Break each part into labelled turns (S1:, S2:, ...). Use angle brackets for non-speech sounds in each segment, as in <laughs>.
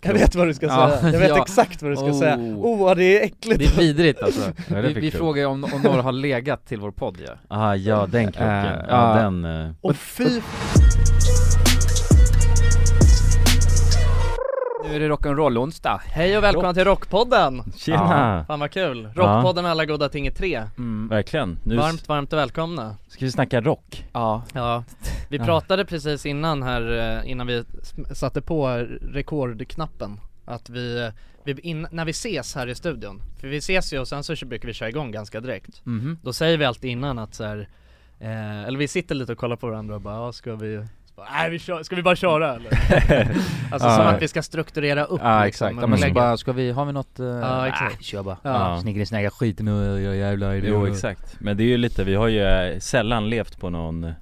S1: Jag vet vad du ska
S2: Ja,
S1: säga, jag
S3: <laughs>
S1: vet
S2: ja.
S1: exakt vad du ska
S2: Oh.
S1: säga. Oh, vad det är äckligt!
S2: Det är vidrigt
S4: <laughs>
S2: alltså.
S4: det
S2: Vi,
S4: fick
S2: vi
S4: du.
S2: frågar ju om, om några har legat till vår podd ja.
S4: Ah, ja den krocken,
S2: Eh,
S4: ja
S2: ja.
S4: den eh.
S1: Och fy
S2: Nu är det rock'n'roll onsdag.
S3: Hej och välkomna till Rockpodden!
S4: Tjena!
S3: Fan vad kul! Rockpodden med alla goda ting i tre.
S5: Mm.
S4: Verkligen, nu s-
S3: Varmt, varmt välkomna.
S4: ska vi snacka rock
S2: Ja.
S3: Ja, vi
S2: Ja.
S3: pratade precis innan här, eh, innan vi sm- satte på rekordknappen, att vi, vi in, när vi ses här i studion, för vi ses ju och sen så brukar vi köra igång ganska direkt.
S5: Mm-hmm.
S2: Mhm.
S3: Då säger vi alltid innan att så här, eh, eller vi sitter lite och kollar på varandra och bara, ja, ska vi så bara, Nej vi kör, ska vi bara
S2: <laughs>
S3: köra eller? alltså som
S2: Ja.
S3: att vi ska strukturera upp
S2: Ja
S3: liksom,
S2: exakt, ja, men så
S3: upplägget.
S2: bara, ska vi, har vi något?
S5: eh,
S2: Uh,
S3: Ja, exakt.
S2: kör bara.
S3: Ja.
S2: Snickrig snacka skit nu, jag jävlar.
S4: Jo exakt, men det är ju lite, vi har ju eh, sällan levt på någon, eh,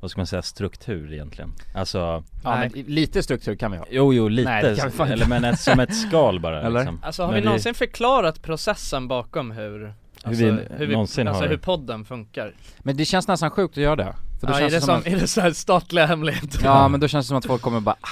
S4: vad ska man säga, struktur egentligen Alltså,
S5: Ja, men lite struktur kan vi ha.
S4: jo jo lite,
S5: Nej, det kan vi fan
S4: eller men ett, som ett skal bara
S5: Eller?
S4: liksom
S3: Alltså har
S4: Men
S3: vi någonsin förklarat processen bakom hur Alltså,
S4: vi någonsin
S3: alltså
S4: har-
S3: hur podden funkar.
S5: Men det känns nästan sjukt att göra det. För då
S3: Ja, är,
S5: känns
S3: det som,
S5: att,
S3: är det så här statliga hemligheter?
S5: ja men då känns det som att folk kommer bara ah,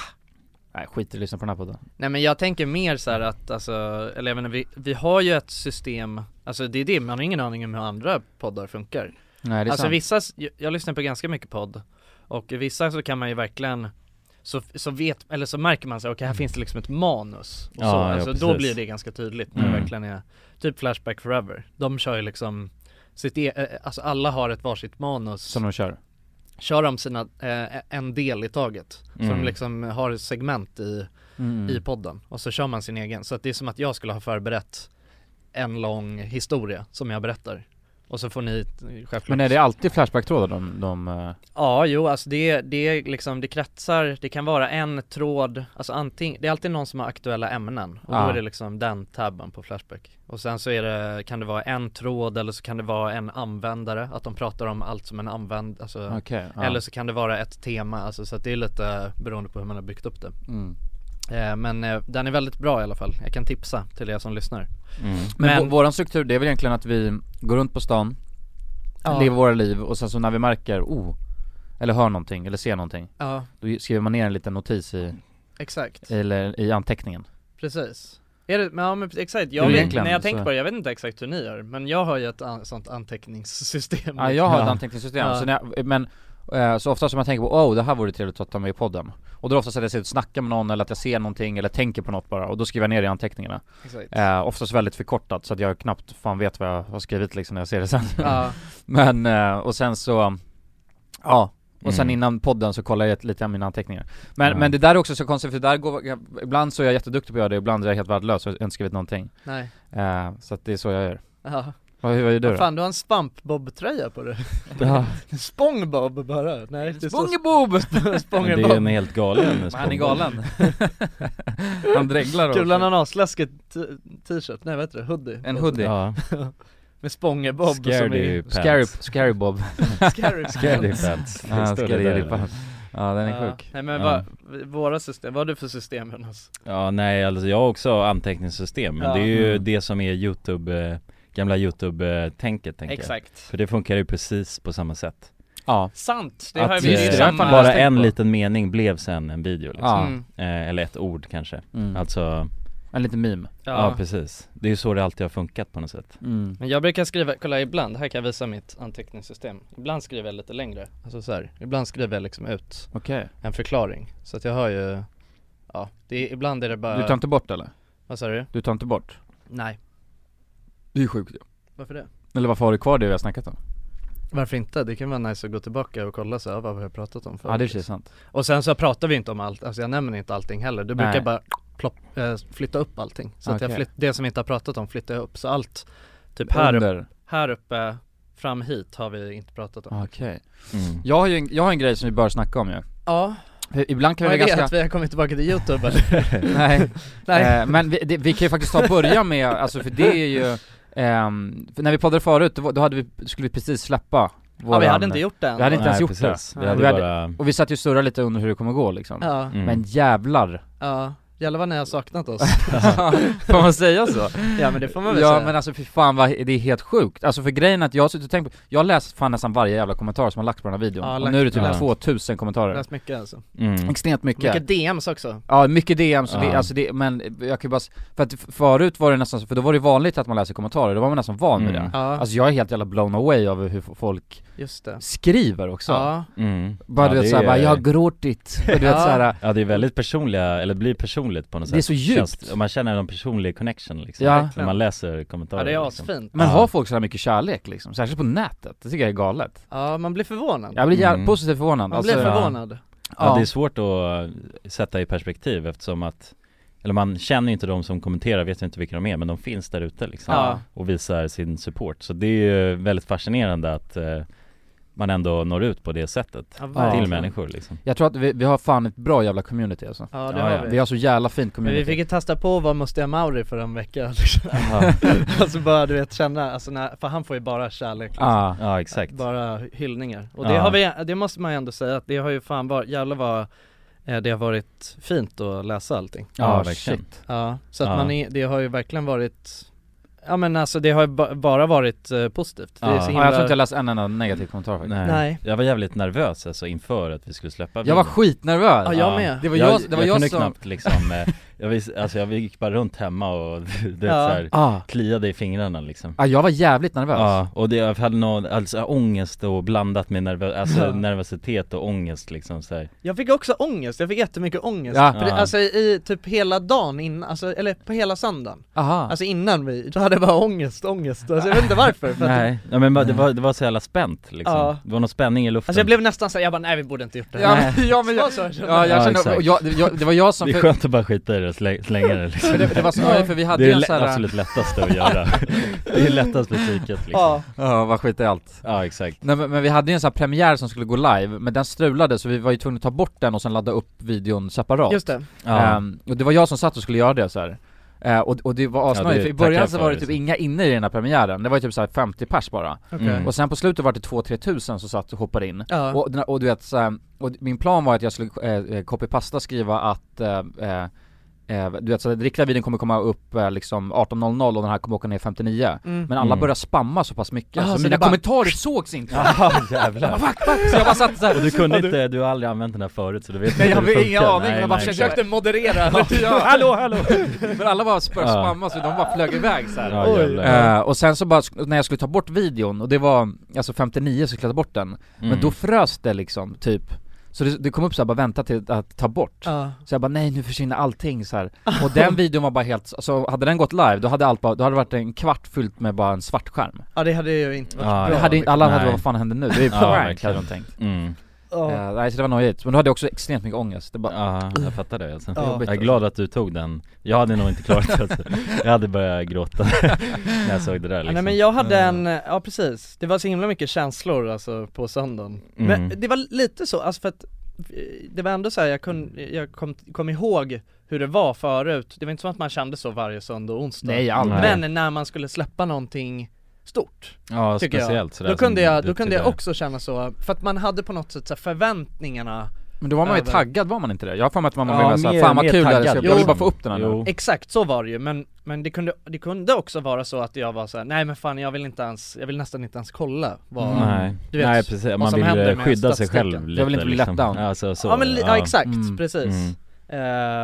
S5: nej skit i att lyssna på den här podden.
S3: Nej men jag tänker mer så här att alltså, eller jag menar, vi, vi har ju ett system, alltså det är det, man har ingen aning om hur andra poddar funkar.
S5: Nej det är
S3: Alltså
S5: sant.
S3: vissa, s- jag, jag lyssnar på ganska mycket podd, och i vissa så kan man ju verkligen så, så vet, eller så märker man sig, okej
S5: Mm.
S3: här finns det liksom ett manus och
S4: Ja,
S3: så,
S4: ja,
S3: alltså då
S4: precis.
S3: blir det ganska tydligt när
S4: Mm.
S3: det verkligen är, typ Flashback Forever, de kör ju liksom sitt e- eh, alltså alla har ett varsitt manus
S5: Som de kör.
S3: kör de sina, eh, en del i taget. Så
S4: Mm.
S3: de liksom har ett segment i,
S5: Mm.
S3: i podden och så kör man sin egen. Så att det är som att jag skulle ha förberett en lång historia som jag berättar. Och så får ni eh, självklart
S5: Men är det alltid flashback-trådar de, de eh,
S3: Ja, jo, alltså det, det är liksom, det kretsar, det kan vara en tråd, alltså antingen, det är alltid någon som har aktuella ämnen och
S5: Ja.
S3: då är det liksom den tabben på Flashback. Och sen så är det, kan det vara en tråd eller så kan det vara en användare, att de pratar om allt som en användare, alltså
S5: okej. ja.
S3: eller så kan det vara ett tema, alltså, så att det är lite beroende på hur man har byggt upp det.
S5: Mm.
S3: Eh, men eh, den är väldigt bra i alla fall, jag kan tipsa till er som lyssnar.
S4: mm.
S5: Men,
S3: Men-
S5: vå- våran struktur det är väl egentligen att vi går runt på stan,
S3: Ja.
S5: lever våra liv och sen så när vi märker, oh, eller hör någonting eller ser någonting,
S3: Ja,
S5: då skriver man ner en liten notis i,
S3: exakt.
S5: eller i anteckningen.
S3: Precis. Är det, men, ja, men exakt, jag
S5: Det är
S3: vet,
S5: egentligen
S3: när jag
S5: så.
S3: tänker på det, jag vet inte exakt hur ni gör, men jag har ju ett an, sånt anteckningssystem.
S5: Ja jag har ett
S4: Ja.
S5: anteckningssystem,
S3: Ja.
S5: så när jag, men eh, så ofta som jag tänker på oh det här vore trevligt att ta med i podden Och då är det oftast att jag sitter och snackar med någon eller att jag ser någonting eller tänker på något bara och då skriver jag ner det i anteckningarna
S3: Exakt.
S5: eh, Oftast väldigt förkortat så att jag knappt fan vet vad jag har skrivit liksom när jag ser det sen
S3: Ja,
S5: Men, eh, och sen så, ja och sen
S4: Mm.
S5: innan podden så kollar jag lite mina anteckningar Men,
S4: Ja.
S5: men det där är också så konstigt för där går, jag, ibland så är jag jätteduktig på att göra det, ibland är jag helt värdelös och har inte skrivit någonting
S3: nej.
S5: eh, Så att det är så jag gör
S3: Ja.
S5: Vad, hur gör du då?
S3: Fan du har en spampbob-tröja på dig.
S5: <laughs> Ja.
S3: Spångbob bara. Nej, det står
S5: <laughs> Spångebob!
S4: Men Det är ju en helt galen
S5: Han är galen <laughs> Han dreglar
S3: Kul
S5: också
S3: ananasläsket t- t-shirt, nej vad heter det? Hoodie?
S5: En hoodie
S4: Ja,
S3: Med Spångebob som
S5: <laughs>
S4: scary
S3: är
S4: pants
S5: Scary, scary <laughs> Bob
S3: Scary
S4: Scary pants, Det
S5: Ja,
S4: står det
S5: scary
S4: där.
S5: Bob. Ja den är
S3: Ja.
S5: sjuk
S3: Nej men
S4: Ja.
S3: vad, våra system, vad har du för system Jonas?
S4: Ja nej alltså jag har också anteckningssystem men
S3: Ja.
S4: det är ju
S5: Mm.
S4: det som är youtube, eh, gamla youtube-tänket tänker jag
S3: Exakt
S4: För det funkar ju precis på samma sätt
S5: Ja,
S3: Sant, det
S4: Att,
S3: har
S4: eh,
S3: vi det är
S5: det har jag
S3: samma
S5: fan
S4: Bara
S5: aldrig tänkt
S4: en
S5: på.
S4: liten mening blev sen en video liksom.
S5: ja.
S3: Mm.
S4: eh, Eller ett ord kanske
S5: Mm.
S4: Alltså, ja.
S5: en liten meme
S3: Ja.
S4: precis Det är ju så det alltid har funkat på något sätt
S5: mm.
S3: Men jag brukar skriva, kolla ibland, här kan jag visa mitt anteckningssystem Ibland skriver jag lite längre, alltså så här. ibland skriver jag liksom ut
S5: Okej,
S3: en förklaring Så att jag har ju, ja, det är, ibland är det bara,
S5: du tar inte bort eller?
S3: vad sa du?
S5: Du tar inte bort?
S3: Nej,
S5: Det är sjukt
S3: varför det?
S5: Eller varför har du kvar det vi har snackat om?
S3: Varför inte? Det kan vara nice att gå tillbaka och kolla så här, vad har jag pratat om förut?
S5: Ja det är i och för sig sant
S3: Och sen så pratar vi inte om allt, alltså jag nämner inte allting heller. Du brukar
S5: Nej.
S3: jag bara plopp, eh, flytta upp allting. Så att jag
S5: Okej.
S3: flytt, det som vi inte har pratat om flyttar jag upp. Så allt, typ här, upp,
S5: Under,
S3: här uppe, fram hit har vi inte pratat om.
S5: Ah, okej
S4: mm.
S5: Jag har ju en, jag har en grej som vi bör snacka om ju
S3: Ja,
S5: För Ibland kan
S3: vad
S5: vi
S3: är det?
S5: vara
S3: <laughs>
S5: ganska
S3: Att vi har kommit tillbaka till youtube eller?
S5: Nej,
S3: Nej.
S5: Eh, men vi, det, vi kan ju faktiskt ta och börja med, alltså för det är ju, ehm, för när vi poddade förut, då, var- då hade vi, skulle vi precis släppa våran,
S3: ja, vi hade inte gjort det än.
S5: vi hade inte ens
S4: Nej,
S5: gjort
S4: precis.
S5: det.
S4: Vi
S5: Ja.
S4: hade
S5: Vi hade-
S4: bara,
S5: Och vi satt ju och surrade lite under hur det kommer gå liksom
S3: Ja,
S4: mm.
S5: Men jävlar,
S3: ja, Jävlar vad ni har saknat oss
S5: <laughs> Får man säga så?
S3: Ja men det får man väl
S5: Ja
S3: säga
S5: men alltså fy fan vad, det är helt sjukt. Alltså för grejen är att jag har suttit och tänkt på, jag har läst fan nästan varje jävla kommentar som har lagts på den här videon.
S3: Ja,
S5: och
S3: lagt-
S5: nu är det typ
S4: ja.
S5: 2000 kommentarer.
S3: Läst mycket alltså
S4: Mm.
S5: Extremt mycket.
S3: Mycket DMs också
S5: Ja, mycket DM, så det,
S4: Ja.
S5: alltså det, men jag kan ju bara, s- för att f- förut var det nästan så, för då var det vanligt att man läser kommentarer, då var man nästan van vid
S4: Mm.
S5: det.
S3: Ja,
S5: Alltså jag är helt jävla blown away av hur f- folk
S3: just det
S5: skriver också.
S3: Ja,
S4: Mm.
S5: Bara
S4: Ja,
S5: du vet
S4: det
S5: såhär,
S4: är-
S5: bara, jag har gråtit, och du vet
S3: Ja.
S5: såhär,
S4: Ja det är väldigt personliga, eller blir personligt på något sätt
S5: Det är så djupt.
S4: Känns- man känner en personlig connection liksom
S5: Ja.
S4: När man läser kommentarer
S3: ja det är
S4: liksom.
S3: asfint
S5: men
S4: Ja.
S5: har folk så här mycket kärlek liksom? Särskilt på nätet, det tycker jag är galet.
S3: Ja man blir förvånad
S5: Jag blir jävligt
S4: Mm.
S5: positivt förvånad.
S3: Man blir
S5: Alltså,
S3: förvånad
S4: Ja det
S5: ja.
S4: är svårt att eh, sätta i perspektiv eftersom att Eller man känner ju inte de som kommenterar, vet ju inte vilka de är men de finns där ute liksom
S3: Ja.
S4: Och visar sin support Så det är ju väldigt fascinerande att eh, man ändå når ut på det sättet
S3: Ja,
S4: Till
S3: verkligen.
S4: människor liksom
S5: Jag tror att vi, vi har fan ett bra jävla community alltså.
S3: Ja det
S4: Ja, ja.
S3: har
S5: Vi
S3: vi
S5: har så jävla fint
S3: Men
S5: community.
S3: vi fick ju testa på att vara Mustiga Mauri för en vecka <laughs> liksom. Alltså bara du vet känna, alltså när, för han får ju bara kärlek liksom.
S5: Ja.
S4: Ja exakt
S3: Bara hyllningar. Och det
S4: Ja.
S3: har vi, det måste man ju ändå säga att det har ju fan varit, jävlar vad eh, det har varit fint att läsa allting.
S5: Ja,
S4: Ja, verkligen.
S5: Ah, shit.
S3: Ja, så att
S4: Ja.
S3: man är, det har ju verkligen varit Ja men alltså det har ju ba- bara varit eh, positivt. Det är
S4: Ja.
S3: så
S5: Ja,
S3: himla...
S5: jag tror inte jag läst en enda negativ kommentar faktiskt.
S4: Nej.
S3: Nej.
S4: Jag var jävligt nervös alltså inför att vi skulle släppa
S5: Jag var
S4: videon.
S5: skitnervös!
S3: Ja, jag med.
S5: Det var jag, det var jag,
S4: kunde
S5: som...
S4: knappt liksom, eh, jag, vis, alltså jag gick bara runt hemma och <laughs> du vet
S3: Ja.
S4: såhär,
S5: Ah.
S4: kliade i fingrarna liksom
S5: Ja jag var jävligt nervös
S4: Ja, och det, jag hade någon, alltså ångest och blandat med nervö, alltså
S3: Ja.
S4: nervositet och ångest liksom så här.
S3: Jag fick också ångest, jag fick jättemycket ångest.
S5: Ja.
S3: För det,
S4: Ja.
S3: alltså i typ hela dagen innan, alltså, eller på hela söndagen.
S5: Aha.
S3: Alltså innan vi, då hade jag bara ångest, ångest. Alltså jag vet inte
S5: <laughs>
S3: varför. För att,
S4: Nej, ja, men bara- det var, det var så jävla spänt liksom
S3: Ja.
S4: Det var någon spänning i luften
S3: alltså jag blev nästan såhär, jag bara nej vi borde inte gjort det.
S5: ja,
S3: Nej.
S5: men, ja, men, jag,
S3: Så- så-
S5: ja, jag
S4: Ja,
S5: kände,
S4: exakt.
S5: och jag, det- jag, det var jag som...
S4: Det är
S5: För,
S4: skönt att bara skita i det och slä, slänga det liksom <laughs>
S5: det, det var snarare för vi hade
S4: Det
S5: ju
S4: är
S5: en
S4: det
S5: sån här...
S4: absolut lättaste
S5: <laughs>
S4: att göra Det är lättast för psyket liksom Ja,
S3: Ja.
S5: Ja, vad skit i allt
S4: exakt
S5: Nej men, men vi hade ju en sån här premiär som skulle gå live, men den strulade så vi var ju tvungna att ta bort den och sen ladda upp videon separat
S3: Just det.
S4: Ja, Mm.
S5: Ehm, Och det var jag som satt och skulle göra det så här. Eh, och, och det var asnödigt,
S4: det
S5: för i början
S4: tackar
S5: så
S4: för
S5: var det
S4: det,
S5: typ
S4: så.
S5: inga inne i den här premiären, det var ju typ så här 50 pers bara
S4: Mm.
S5: Och sen på slutet var det 2-3 tusen som satt och hoppade in
S3: Ja.
S5: Och, den- och du vet, så här, och min plan var att jag skulle eh, eh, copy-pasta skriva att eh, eh, eh, du vet, så den riktiga videon kommer komma upp eh, liksom 18.00 och den här kommer åka ner 59
S3: Mm.
S5: Men alla
S4: Mm.
S5: började spamma så pass mycket,
S3: Ah,
S5: så,
S3: så
S5: mina
S3: det bara-
S5: kommentarer sågs inte
S4: Ja,
S5: <laughs>
S4: jävlar
S5: Så jag bara satt
S4: Och
S5: såhär
S4: du kunde inte, du har aldrig använt den här förut så du vet
S5: Nej
S4: inte
S5: jag
S4: hur det
S5: har ingen
S4: funkar.
S5: aning,
S4: Nej,
S5: jag bara
S4: nej,
S5: försökte
S4: exakt.
S5: moderera Hallå hallå! Men alla bara började
S4: Ja.
S5: spamma så de bara flög iväg såhär
S4: Ja,
S3: Oj.
S4: jävlar.
S5: Eh, och sen så bara, sk- när jag skulle ta bort videon, och det var alltså 59 så skulle jag ta bort den, men
S4: Mm.
S5: då frös det liksom, typ Så det, det kom upp såhär, bara vänta till att ta bort
S3: <laughs> Ja.
S5: Så jag bara nej nu försvinner allting så <laughs> här. och den videon var bara helt, alltså hade den gått live då hade allt bara, då hade det varit en kvart fyllt med bara en svart skärm
S3: ja det hade ju inte varit
S4: Ja,
S5: det
S3: bra.
S5: hade, inte- Alla hade bara,
S4: nej.
S5: vad fan händer nu? Det är ju
S4: Ja,
S5: prank hade
S4: verkligen.
S5: de tänkt
S4: Mm.
S3: Ja.
S5: Eh, Nej så det var nojigt, men då hade jag också extremt mycket ångest, det bara
S4: Ja, jag fattar det alltså.
S3: Ja.
S4: Jag är glad att du tog den, jag hade nog inte klarat det alltså. Jag hade börjat gråta <laughs> när jag såg det där
S3: Ja,
S4: liksom.
S3: Nej men jag hade en, ja precis, det var så himla mycket känslor alltså på söndagen
S4: Mm.
S3: Men det var lite så, alltså för att eh, det var ändå så här, jag, kun, jag kom, kom ihåg hur det var förut, det var inte som att man kände så varje söndag och onsdag
S5: Nej aldrig
S4: Nej.
S3: Men när man skulle släppa någonting stort,
S4: ja,
S3: tycker jag.
S4: speciellt sådär
S3: då kunde
S4: som
S3: jag,
S4: du
S3: då kunde jag
S4: tyckte.
S3: också känna så, för att man hade på något sätt så här förväntningarna
S5: Men då var man ju
S3: Över.
S5: taggad var man inte det? Jag har för mig att man var
S4: Ja,
S5: mer såhär,
S4: mer-
S5: fan vad
S4: mer
S5: kul det här
S4: taggad.
S5: ska bli, jag vill
S3: Jo.
S5: bara få upp den här nu <laughs>
S4: Jo.
S3: Exakt, så var det ju, men, men det, kunde, det kunde också vara så att jag var så här, nej men fan jag vill inte ens, jag vill nästan inte ens kolla vad
S5: Mm.
S4: Nej,
S3: Du vet,
S4: nej precis, man
S3: som
S4: vill
S3: händer
S4: eh,
S3: med
S4: skydda sig
S3: statistiken.
S4: själv lite
S5: Jag vill inte bli
S4: liksom.
S5: let down.
S4: alltså, så,
S3: ja men li- ja, exakt,
S5: Mm.
S3: precis
S4: Mm.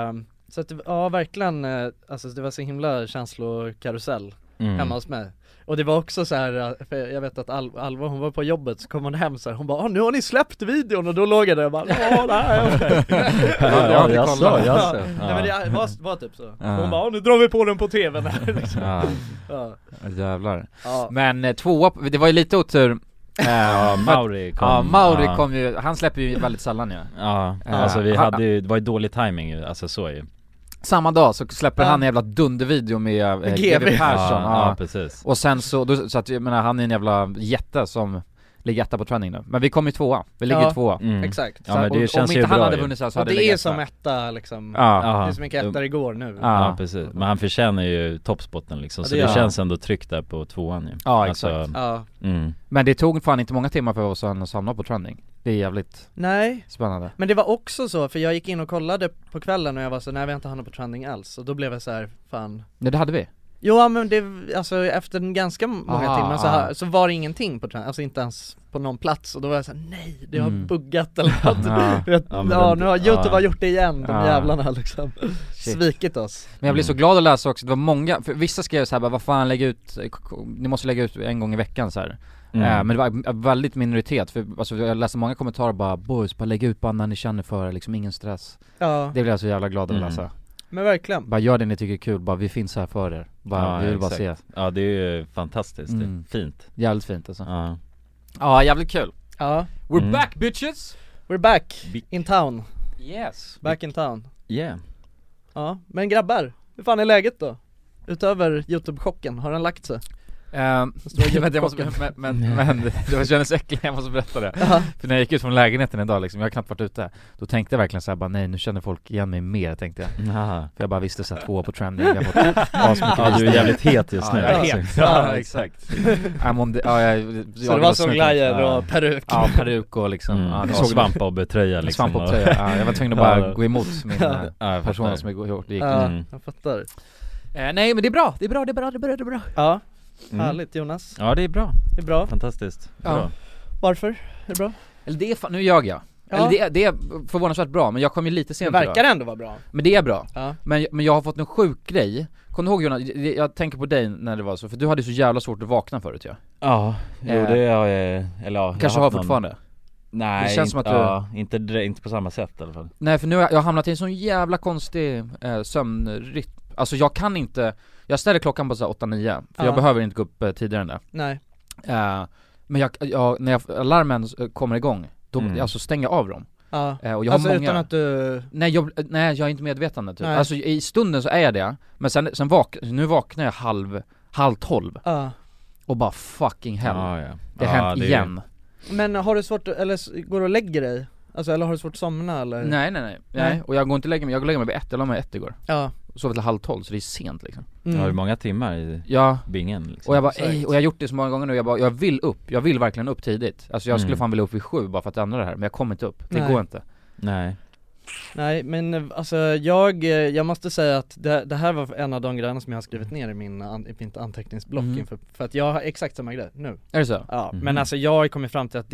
S3: Ehm, Så att, det- ja verkligen, eh, alltså det var så himla känslokarusell
S4: Mm.
S3: hemma hos mig Och det var också så här, eh, för jag vet att Al- Alva hon var på jobbet så kom hon hem så här, hon bara "Ah, nu har ni släppt videon och då låg jag där och bara "Ja, nej."
S4: Ja,
S5: Jag har
S4: ja,
S5: inte
S4: jag
S5: kollat.
S4: sa, jag sa
S3: Nej men det var, var typ så,
S5: Ja.
S3: hon bara "Ah, nu drar vi på den på tvn här liksom.
S5: Ja,
S3: <laughs>
S5: <laughs>
S3: ja.
S5: jävlar
S3: Ja.
S5: Men eh, tvåa, på- det var ju lite otur
S4: Ja, Mauri kom
S5: Ja, Mauri
S4: ja.
S5: kom ju, han släpper ju väldigt sällan ju
S4: Ja,
S5: Ja.
S4: alltså vi
S5: Han-
S4: hade ju, det var ju dålig timing ju, alltså så ju
S5: Samma dag så släpper
S3: Ja.
S5: han en jävla dundervideo med eh,
S3: Med
S5: GW
S3: GB.
S5: Persson
S4: ja,
S5: ja.
S4: ja precis
S5: Och sen så, då, så att jag menar han är en jävla jätte som ligger etta på trending nu Men vi kom ju tvåa, vi ligger
S3: Ja.
S5: tvåa
S4: Mm.
S3: Exakt
S5: Så
S4: Ja men
S5: om,
S4: det
S5: om
S4: känns
S5: inte
S4: ju
S5: han
S4: bra
S5: hade
S4: ju.
S5: vunnit så här så
S3: Och
S5: hade jag
S3: det är
S5: legat
S3: som
S5: etta.
S3: etta liksom,
S5: Ja,
S3: det är
S4: Ja,
S3: som mycket ettor igår nu
S5: Ja.
S4: Ja precis, men han förtjänar ju toppspotten liksom,
S3: Ja,
S4: så
S3: det
S4: det
S3: gör han.
S4: känns ändå tryggt där på tvåan ju
S5: Ja, exakt.
S3: Ja.
S4: mm.
S5: men det tog fan inte många timmar för oss att hamna på trending Det är jävligt
S3: Nej,
S5: spännande.
S3: men det var också så, för jag gick in och kollade på kvällen och jag var så nej vi har inte hamnat på trending alls och då blev jag så här, fan
S5: Nej det hade vi.
S3: Jo ja, men det, alltså efter en ganska många
S5: Ah,
S3: timmar så,
S5: ah.
S3: ha- så var det ingenting på trend, alltså inte ens på någon plats och då var jag såhär, nej det har
S5: Mm.
S3: buggat eller något
S5: Ja.
S3: ja,
S4: Ja, men
S3: ja
S4: den-
S3: nu har youtube
S4: ja.
S3: har gjort det igen, de
S5: Ja.
S3: jävlarna liksom Svikit oss
S5: Men jag blev så
S4: Mm.
S5: glad att läsa också, det var många, för vissa skrev så här bara, vad fan lägg ut, k- k- ni måste lägga ut en gång i veckan så här.
S4: Mm.
S5: Eh, men det var en väldigt minoritet, för alltså, jag läste många kommentarer bara 'boys, bara lägg ut bara när ni känner för det, liksom ingen stress'
S3: Ja,
S5: Det blev jag så jävla glad över att
S4: Mm.
S5: läsa
S3: men verkligen
S5: Bara gör det ni tycker är kul, bara vi finns här för er bara,
S4: Ja,
S5: Vi vill bara se
S4: exakt. Ja det är ju fantastiskt, det är
S5: Mm.
S4: fint
S5: Jävligt fint alltså
S4: ja.
S5: Ja, jävligt kul
S3: Ja,
S5: We're
S4: Mm.
S5: back bitches!
S3: we're back,
S4: Vi-
S3: in town,
S5: Yes!
S3: back in town
S4: Yeah
S3: Ja, men grabbar, hur fan är läget då? Utöver youtube-chocken, har den lagt sig?
S5: men, Ehm, jag måste, men, <laughs> men, men det kändes äckligt, jag måste berätta det
S3: Ja,
S5: För när jag gick ut från lägenheten idag liksom, jag har knappt varit ute Då tänkte jag verkligen såhär bara nej nu känner folk igen mig mer tänkte jag <laughs>
S4: Aha.
S5: För jag bara visste såhär två på trending, jag har fått asmycket
S4: Ja du är jävligt het just nu
S5: Ja, jag är
S4: alltså.
S5: het. ja exakt <laughs> I'm on the, ja, jag,
S3: så det var songlajer
S4: Ja.
S3: och peruk
S5: Ja, peruk och liksom,
S4: Mm.
S5: ja, det var
S4: och svampabbetröja
S5: en
S4: liksom
S5: svamp och tröja, ja, jag var tvungen att
S4: Ja.
S5: bara gå emot min
S3: Ja.
S5: eh,
S4: Ja, jag
S5: person
S4: fattar.
S5: som igår det gick
S3: Ja,
S4: Mm.
S3: jag fattar
S5: Eh, Nej men det är bra, det är bra, det är bra, det är bra, det är bra
S3: Ja,
S4: Mm.
S3: härligt Jonas,
S4: Ja det är bra,
S3: det är bra
S4: fantastiskt
S5: Ja.
S4: bra.
S3: Varför? Är det bra?
S5: Eller det är fan, nu ljög jag
S3: Ja.
S5: Eller det, är- det är förvånansvärt bra, men jag kom ju lite
S3: Det
S5: sent
S3: verkar
S5: idag.
S3: ändå vara bra
S5: Men det är bra,
S3: Ja,
S5: men, men jag har fått en sjuk grej Kommer du ihåg Jonas, jag, jag tänker på dig när det var så, för du hade ju så jävla svårt att vakna förut ja
S4: Ja, jo
S5: Eh,
S4: det har jag, eller ja, jag
S5: Kanske har
S4: haft någon-
S5: fortfarande
S4: Nej,
S5: Det känns som
S4: inte,
S5: att du-
S4: ja, inte, dre- inte på samma sätt i alla fall
S5: Nej för nu har jag, jag har hamnat i en sån jävla konstig eh, sömnrytm Alltså jag kan inte, jag ställer klockan på så här 8-9, för
S3: Ja.
S5: jag behöver inte gå upp eh, tidigare än det
S3: nej,
S5: Eh, Men jag, jag, när jag, alarmen eh, kommer igång, då,
S4: Mm.
S5: alltså stänger jag av dem
S3: ja
S5: Eh, Och jag
S3: Alltså
S5: har många
S3: utan att du,
S5: Nej jag, nej jag är inte medvetande typ,
S3: Nej.
S5: alltså i stunden så är jag det, men sen, sen vak, nu vaknar jag halv, halv tolv
S3: ja
S5: och bara fucking hell
S4: Ja, ja.
S5: Det
S4: ja,
S5: har hänt
S4: är-
S5: igen
S3: Men har du svårt, att- eller s- går du och lägger dig? Alltså eller har du svårt att somna eller?
S5: Nej nej nej,
S3: Nej.
S5: nej, och jag går inte och lägger mig, jag går och lägger mig vid ett, jag la mig ett igår
S3: Ja
S5: Sov till halv tolv så det är sent liksom
S3: mm.
S4: Ja, det är många timmar i
S5: Ja,
S4: bingen liksom.
S5: Och jag bara,
S3: Exakt.
S5: "Ej", och jag har gjort det så många gånger nu, jag bara, jag vill upp, jag vill verkligen upp tidigt Alltså jag skulle
S4: Mm.
S5: fan vilja upp vid sju bara för att ändra det här, men jag kommer inte upp, det
S3: Nej.
S5: går inte
S4: Nej
S3: Nej men eh, alltså jag, eh, jag måste säga att det, det här var en av de grejerna som jag har skrivit ner i, min, an, i mitt anteckningsblock
S5: Mhm.
S3: inför, för att jag har exakt samma grej nu
S5: Är det så?
S3: Ja, men
S4: Mhm.
S3: alltså jag har kommit fram till att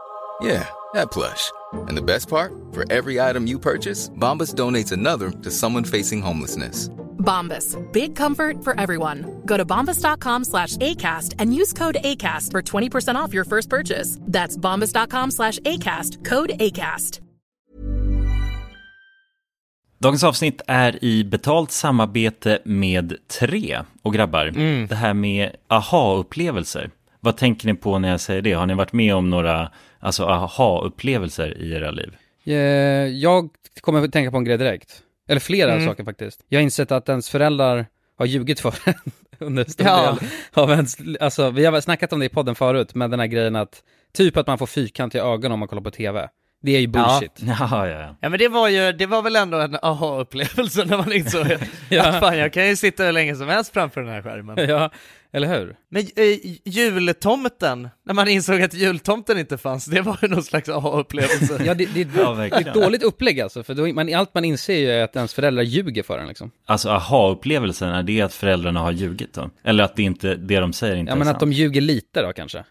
S6: Yeah, that plush. And the best part? For every item you purchase, Bombas donates another to someone facing homelessness.
S1: Bombas. Big comfort for everyone. Go to bombas.com slash ACAST and use code ACAST for 20% off your first purchase. That's bombas.com slash ACAST. Code ACAST.
S4: Dagens avsnitt är i betalt samarbete med Tre. Och grabbar,
S6: Mm.
S4: det här med aha-upplevelser. Vad tänker ni på när jag säger det? Har ni varit med om några alltså, aha-upplevelser i
S6: <laughs>
S4: era liv?
S7: Eh, Jag kommer att tänka på en grej direkt. Eller flera
S5: Mm.
S7: saker faktiskt. Jag har insett att ens föräldrar har ljugit för en <laughs> under en stor
S3: Ja.
S7: del av ens... Alltså, vi har väl snackat om det i podden förut, men den här grejen att typ att man får fyrkantiga ögon om man kollar på tv.
S6: Det är ju bullshit.
S7: <laughs>
S4: Ja, ja, ja.
S3: Ja men det var ju, det var väl ändå en aha-upplevelse när man insåg
S6: Ja.
S3: att fan jag kan ju sitta hur länge som helst framför den här skärmen.
S6: ja, eller hur?
S3: Men eh, jultomten, när man insåg att jultomten inte fanns, det var ju någon
S1: <laughs>
S3: slags aha-upplevelse.
S6: Ja, det, det, är ett-
S4: <laughs> Ja,
S6: det är
S4: verkligen.
S6: ett dåligt upplägg alltså, för då, man, allt man inser ju är att ens föräldrar ljuger för en liksom.
S4: Alltså aha-upplevelsen, är det att föräldrarna har ljugit då? Eller att det, inte, det de säger inte
S6: Ja,
S4: är
S6: men
S4: sant?
S6: att de ljuger lite då kanske.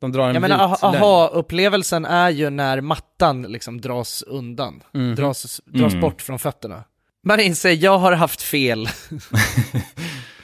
S6: De drar en
S3: Jag
S6: vit
S3: menar aha-
S6: lögn.
S3: aha-upplevelsen är ju när mattan liksom dras undan,
S6: Mhm.
S3: dras, dras
S4: Mm.
S3: bort från fötterna. Man inser, jag har haft fel.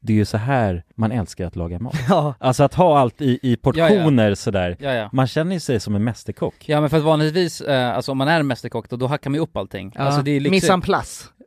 S4: det är ju så här man älskar att laga mat.
S3: Ja.
S4: Alltså att ha allt i, i portioner sådär.
S6: Ja, ja.
S4: Man känner ju sig som en mästerkock.
S8: Ja men för att vanligtvis, eh, alltså om man är mästerkock då, då hackar man ju upp allting. Alltså det är lyxigt.
S3: Missan plats.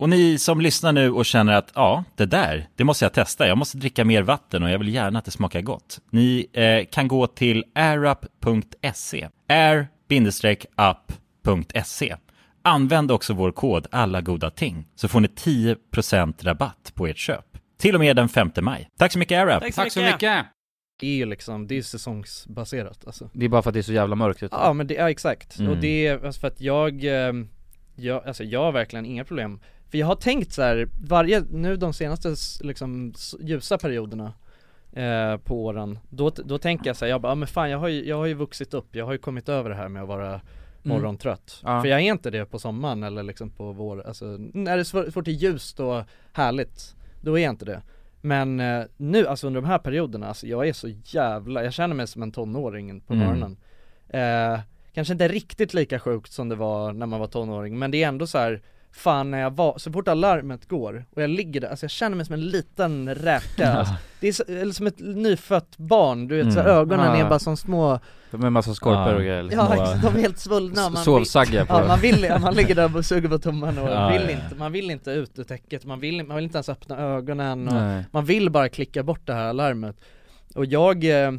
S4: Och ni som lyssnar nu och känner att ja, det där, det måste jag testa. Jag måste dricka mer vatten och jag vill gärna att det smakar gott. Ni eh, kan gå till airup.se. air-up.se. Använd också vår kod alla goda ting så får ni 10% rabatt på ert köp. Till och med den 5 maj. Tack så mycket AirUp!
S5: Tack så mycket!
S3: Det är ju liksom, det är säsongsbaserat alltså.
S8: Det är bara för att det är så jävla mörkt ute.
S3: Ja men det, ja exakt,
S4: Mm.
S3: och det, är- alltså för att jag, eh, jag, alltså jag har verkligen inga problem För jag har tänkt så här, varje, nu de senaste s- liksom s- ljusa perioderna eh, på åren, då, t- då tänker jag så här, jag bara, ah, men fan jag har, ju, jag har ju vuxit upp, jag har ju kommit över det här med att vara morgontrött
S8: Ja.
S3: För jag är inte det på sommaren eller liksom på vår, alltså när det är svår- svårt är ljust och härligt, då är jag inte det men eh, nu, alltså under de här perioderna, alltså jag är så jävla, jag känner mig som en tonåring på
S4: Mm.
S3: morgonen Eh, kanske inte riktigt lika sjukt som det var när man var tonåring, men det är ändå så här Fan när jag var, så fort alarmet går och jag ligger där, alltså jag känner mig som en liten räka alltså. Det är så, eller som ett nyfött barn, du vet så
S5: Mm.
S3: ögonen är
S5: Ah.
S3: bara som små
S5: De är massa skorpor och grejer liksom.
S3: Ja,
S5: Och-
S3: exakt, <laughs> de är helt svullna
S5: S-
S3: man
S5: sovsaggar på
S3: ja,
S5: det.
S3: man, vill, ja, man ligger där och suger på tummen och
S5: Ja,
S3: vill
S5: ja, ja.
S3: inte, man vill inte ut ur täcket, man vill, man vill inte ens öppna ögonen
S5: Nej.
S3: och man vill bara klicka bort det här alarmet Och jag, eh,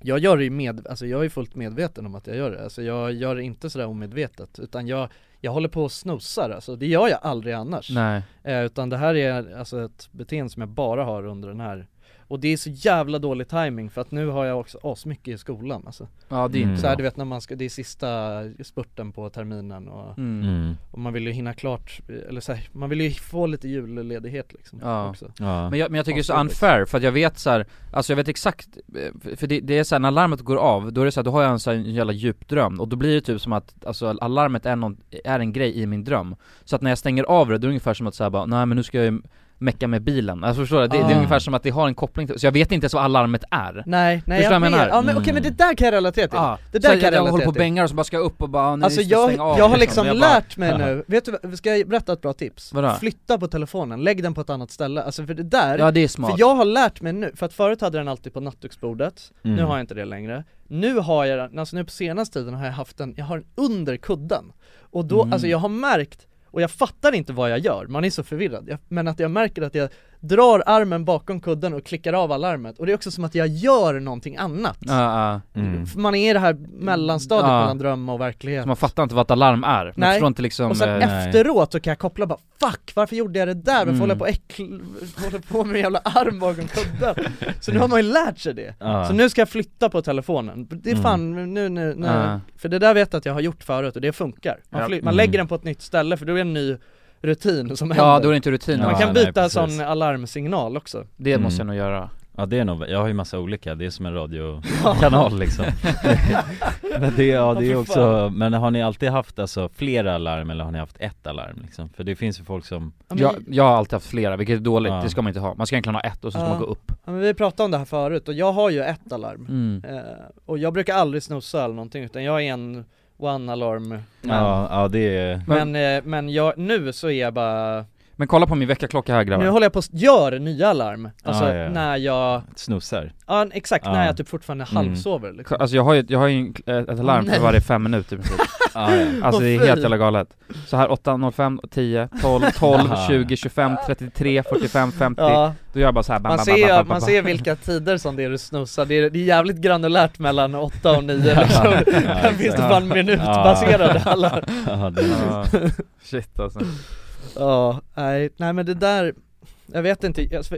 S3: jag gör det ju med, alltså jag är fullt medveten om att jag gör det, alltså jag gör det inte sådär omedvetet utan jag, jag håller på och snosar alltså, det gör jag aldrig annars
S5: Nej.
S3: Eh, Utan det här är alltså ett beteende som jag bara har under den här och det är så jävla dålig timing för att nu har jag också asmycket i skolan alltså
S5: Mm. Ja, det är inte
S3: Så här,
S5: bra.
S3: du vet när man ska, det är sista spurten på terminen och,
S5: Mm. Mm.
S3: och man vill ju hinna klart, eller så här, man vill ju få lite julledighet liksom
S5: Ja.
S3: också
S5: Men, jag, men jag tycker det är så
S3: Asjobbigt.
S5: unfair, för att jag vet så här, alltså jag vet exakt, eh, för det, det är så här, när alarmet går av, då är det så här, då har jag en så här jävla djup dröm, och då blir det typ som att, alltså alarmet är, någon, är en grej i min dröm Så att när jag stänger av det, då är det ungefär som att säga bara, nej men nu ska jag ju mecka med bilen, alltså förstår du? Det, det
S3: Ah.
S5: är ungefär som att det har en koppling till, så jag vet inte ens vad alarmet är
S3: Nej, nej
S5: Förstår
S3: jag
S5: vad jag
S3: menar?
S5: menar? Mm.
S3: Ja men okej men det där kan jag relatera till, det där
S5: så
S3: kan jag,
S5: jag, jag
S3: relatera
S5: håller på och
S3: till
S5: bängar och så bara ska jag upp och bara, nej,
S3: Alltså
S5: just det,
S3: jag,
S5: stäng av,
S3: jag har liksom
S5: Jag bara-
S3: lärt mig nu, vet du vad- ska jag berätta ett bra tips?
S5: Vadå?
S3: Flytta på telefonen, lägg den på ett annat ställe, alltså för det där
S5: Ja, det är smart.
S3: För jag har lärt mig nu, för att förut hade den alltid på nattduksbordet, nu
S5: Mm.
S3: har jag inte det längre Nu har jag den, alltså nu på senaste tiden har jag haft den, jag har den under kudden Och då,
S5: Mm.
S3: alltså jag har märkt, och jag fattar inte vad jag gör, man är så förvirrad jag, Men att jag märker att jag drar armen bakom kudden och klickar av alarmet, och det är också som att jag gör någonting annat
S5: Ja, Alltså, ja.
S3: För Man är i det här mellanstadiet
S5: Mm. Ja.
S3: mellan dröm och verklighet
S5: Så man fattar inte vad ett alarm är, man
S3: Nej.
S5: förstår inte liksom
S3: och sen
S5: eh,
S3: efteråt så kan jag koppla bara Fuck, varför gjorde jag det där? Varför
S5: Mm.
S3: håller jag på och äckl... <laughs> håller på med en jävla arm bakom
S5: <laughs>
S3: kudden? Så nu har man ju lärt sig det
S5: Ja.
S3: Så nu ska jag flytta på telefonen Det är
S5: Mm.
S3: fan, nu, nu, nu
S5: Ja.
S3: För det där vet jag att jag har gjort förut och det funkar Man,
S5: Ja.
S3: fly- man
S5: Mm.
S3: lägger den på ett nytt ställe för då är det en ny rutin som
S5: Ja,
S3: händer
S5: då är det inte rutin.
S3: Man
S4: Ja,
S3: kan Mm.
S4: nej,
S3: byta
S4: precis.
S3: sån alarmsignal också
S5: Det måste jag nog göra
S4: Ja det är nog, jag har ju massa olika, det är som en radiokanal liksom Men det, ja, det är
S3: Ja, för
S4: också, men har ni alltid haft alltså flera alarm eller har ni haft ett alarm liksom? För det finns ju folk som
S3: Ja, men- Jag-
S5: har alltid haft flera, vilket är dåligt,
S4: Ja.
S5: det ska man inte ha Man ska egentligen ha ett och så ska
S3: Ja.
S5: man gå upp
S3: Ja, men vi pratade om det här förut och jag har ju ett alarm
S5: Mm.
S3: eh, Och jag brukar aldrig snosa eller någonting utan jag är en one alarm
S4: Ja, ja det är
S3: Men, men, eh, men jag, nu så är jag bara
S5: Men kolla på min väckarklocka här grabbar
S3: Nu håller jag på att göra nya alarm, alltså
S5: Ja, ja, ja.
S3: när jag,
S4: snussar
S3: ja exakt, när
S4: Ja.
S3: jag typ fortfarande
S5: Mm.
S3: halvsover liksom.
S5: Alltså jag har ju, jag har ju en, ett alarm
S3: Nej.
S5: för varje fem minuter
S3: <laughs>
S5: i princip Alltså det
S3: Åh,
S5: är
S3: fy.
S5: helt jävla galet Så här 8, 05, 10, 12, <laughs> 12,
S4: Ja.
S5: 20, 25, 33, 45, 50
S3: Ja.
S5: Då gör jag bara så här bam,
S3: Man
S5: bam,
S3: ser,
S5: bam,
S3: ju,
S5: bam, bam,
S3: man
S5: bam.
S3: ser vilka tider som det är du snusar, det är, det är jävligt granulärt mellan 8 och
S5: <laughs>
S3: 9 liksom. Där finns det
S4: exakt.
S3: fan minutbaserade alarm
S4: Ja, det är-
S3: <laughs>
S5: Ja. Shit alltså
S3: Ja, nej, nej men det där, jag vet inte, alltså,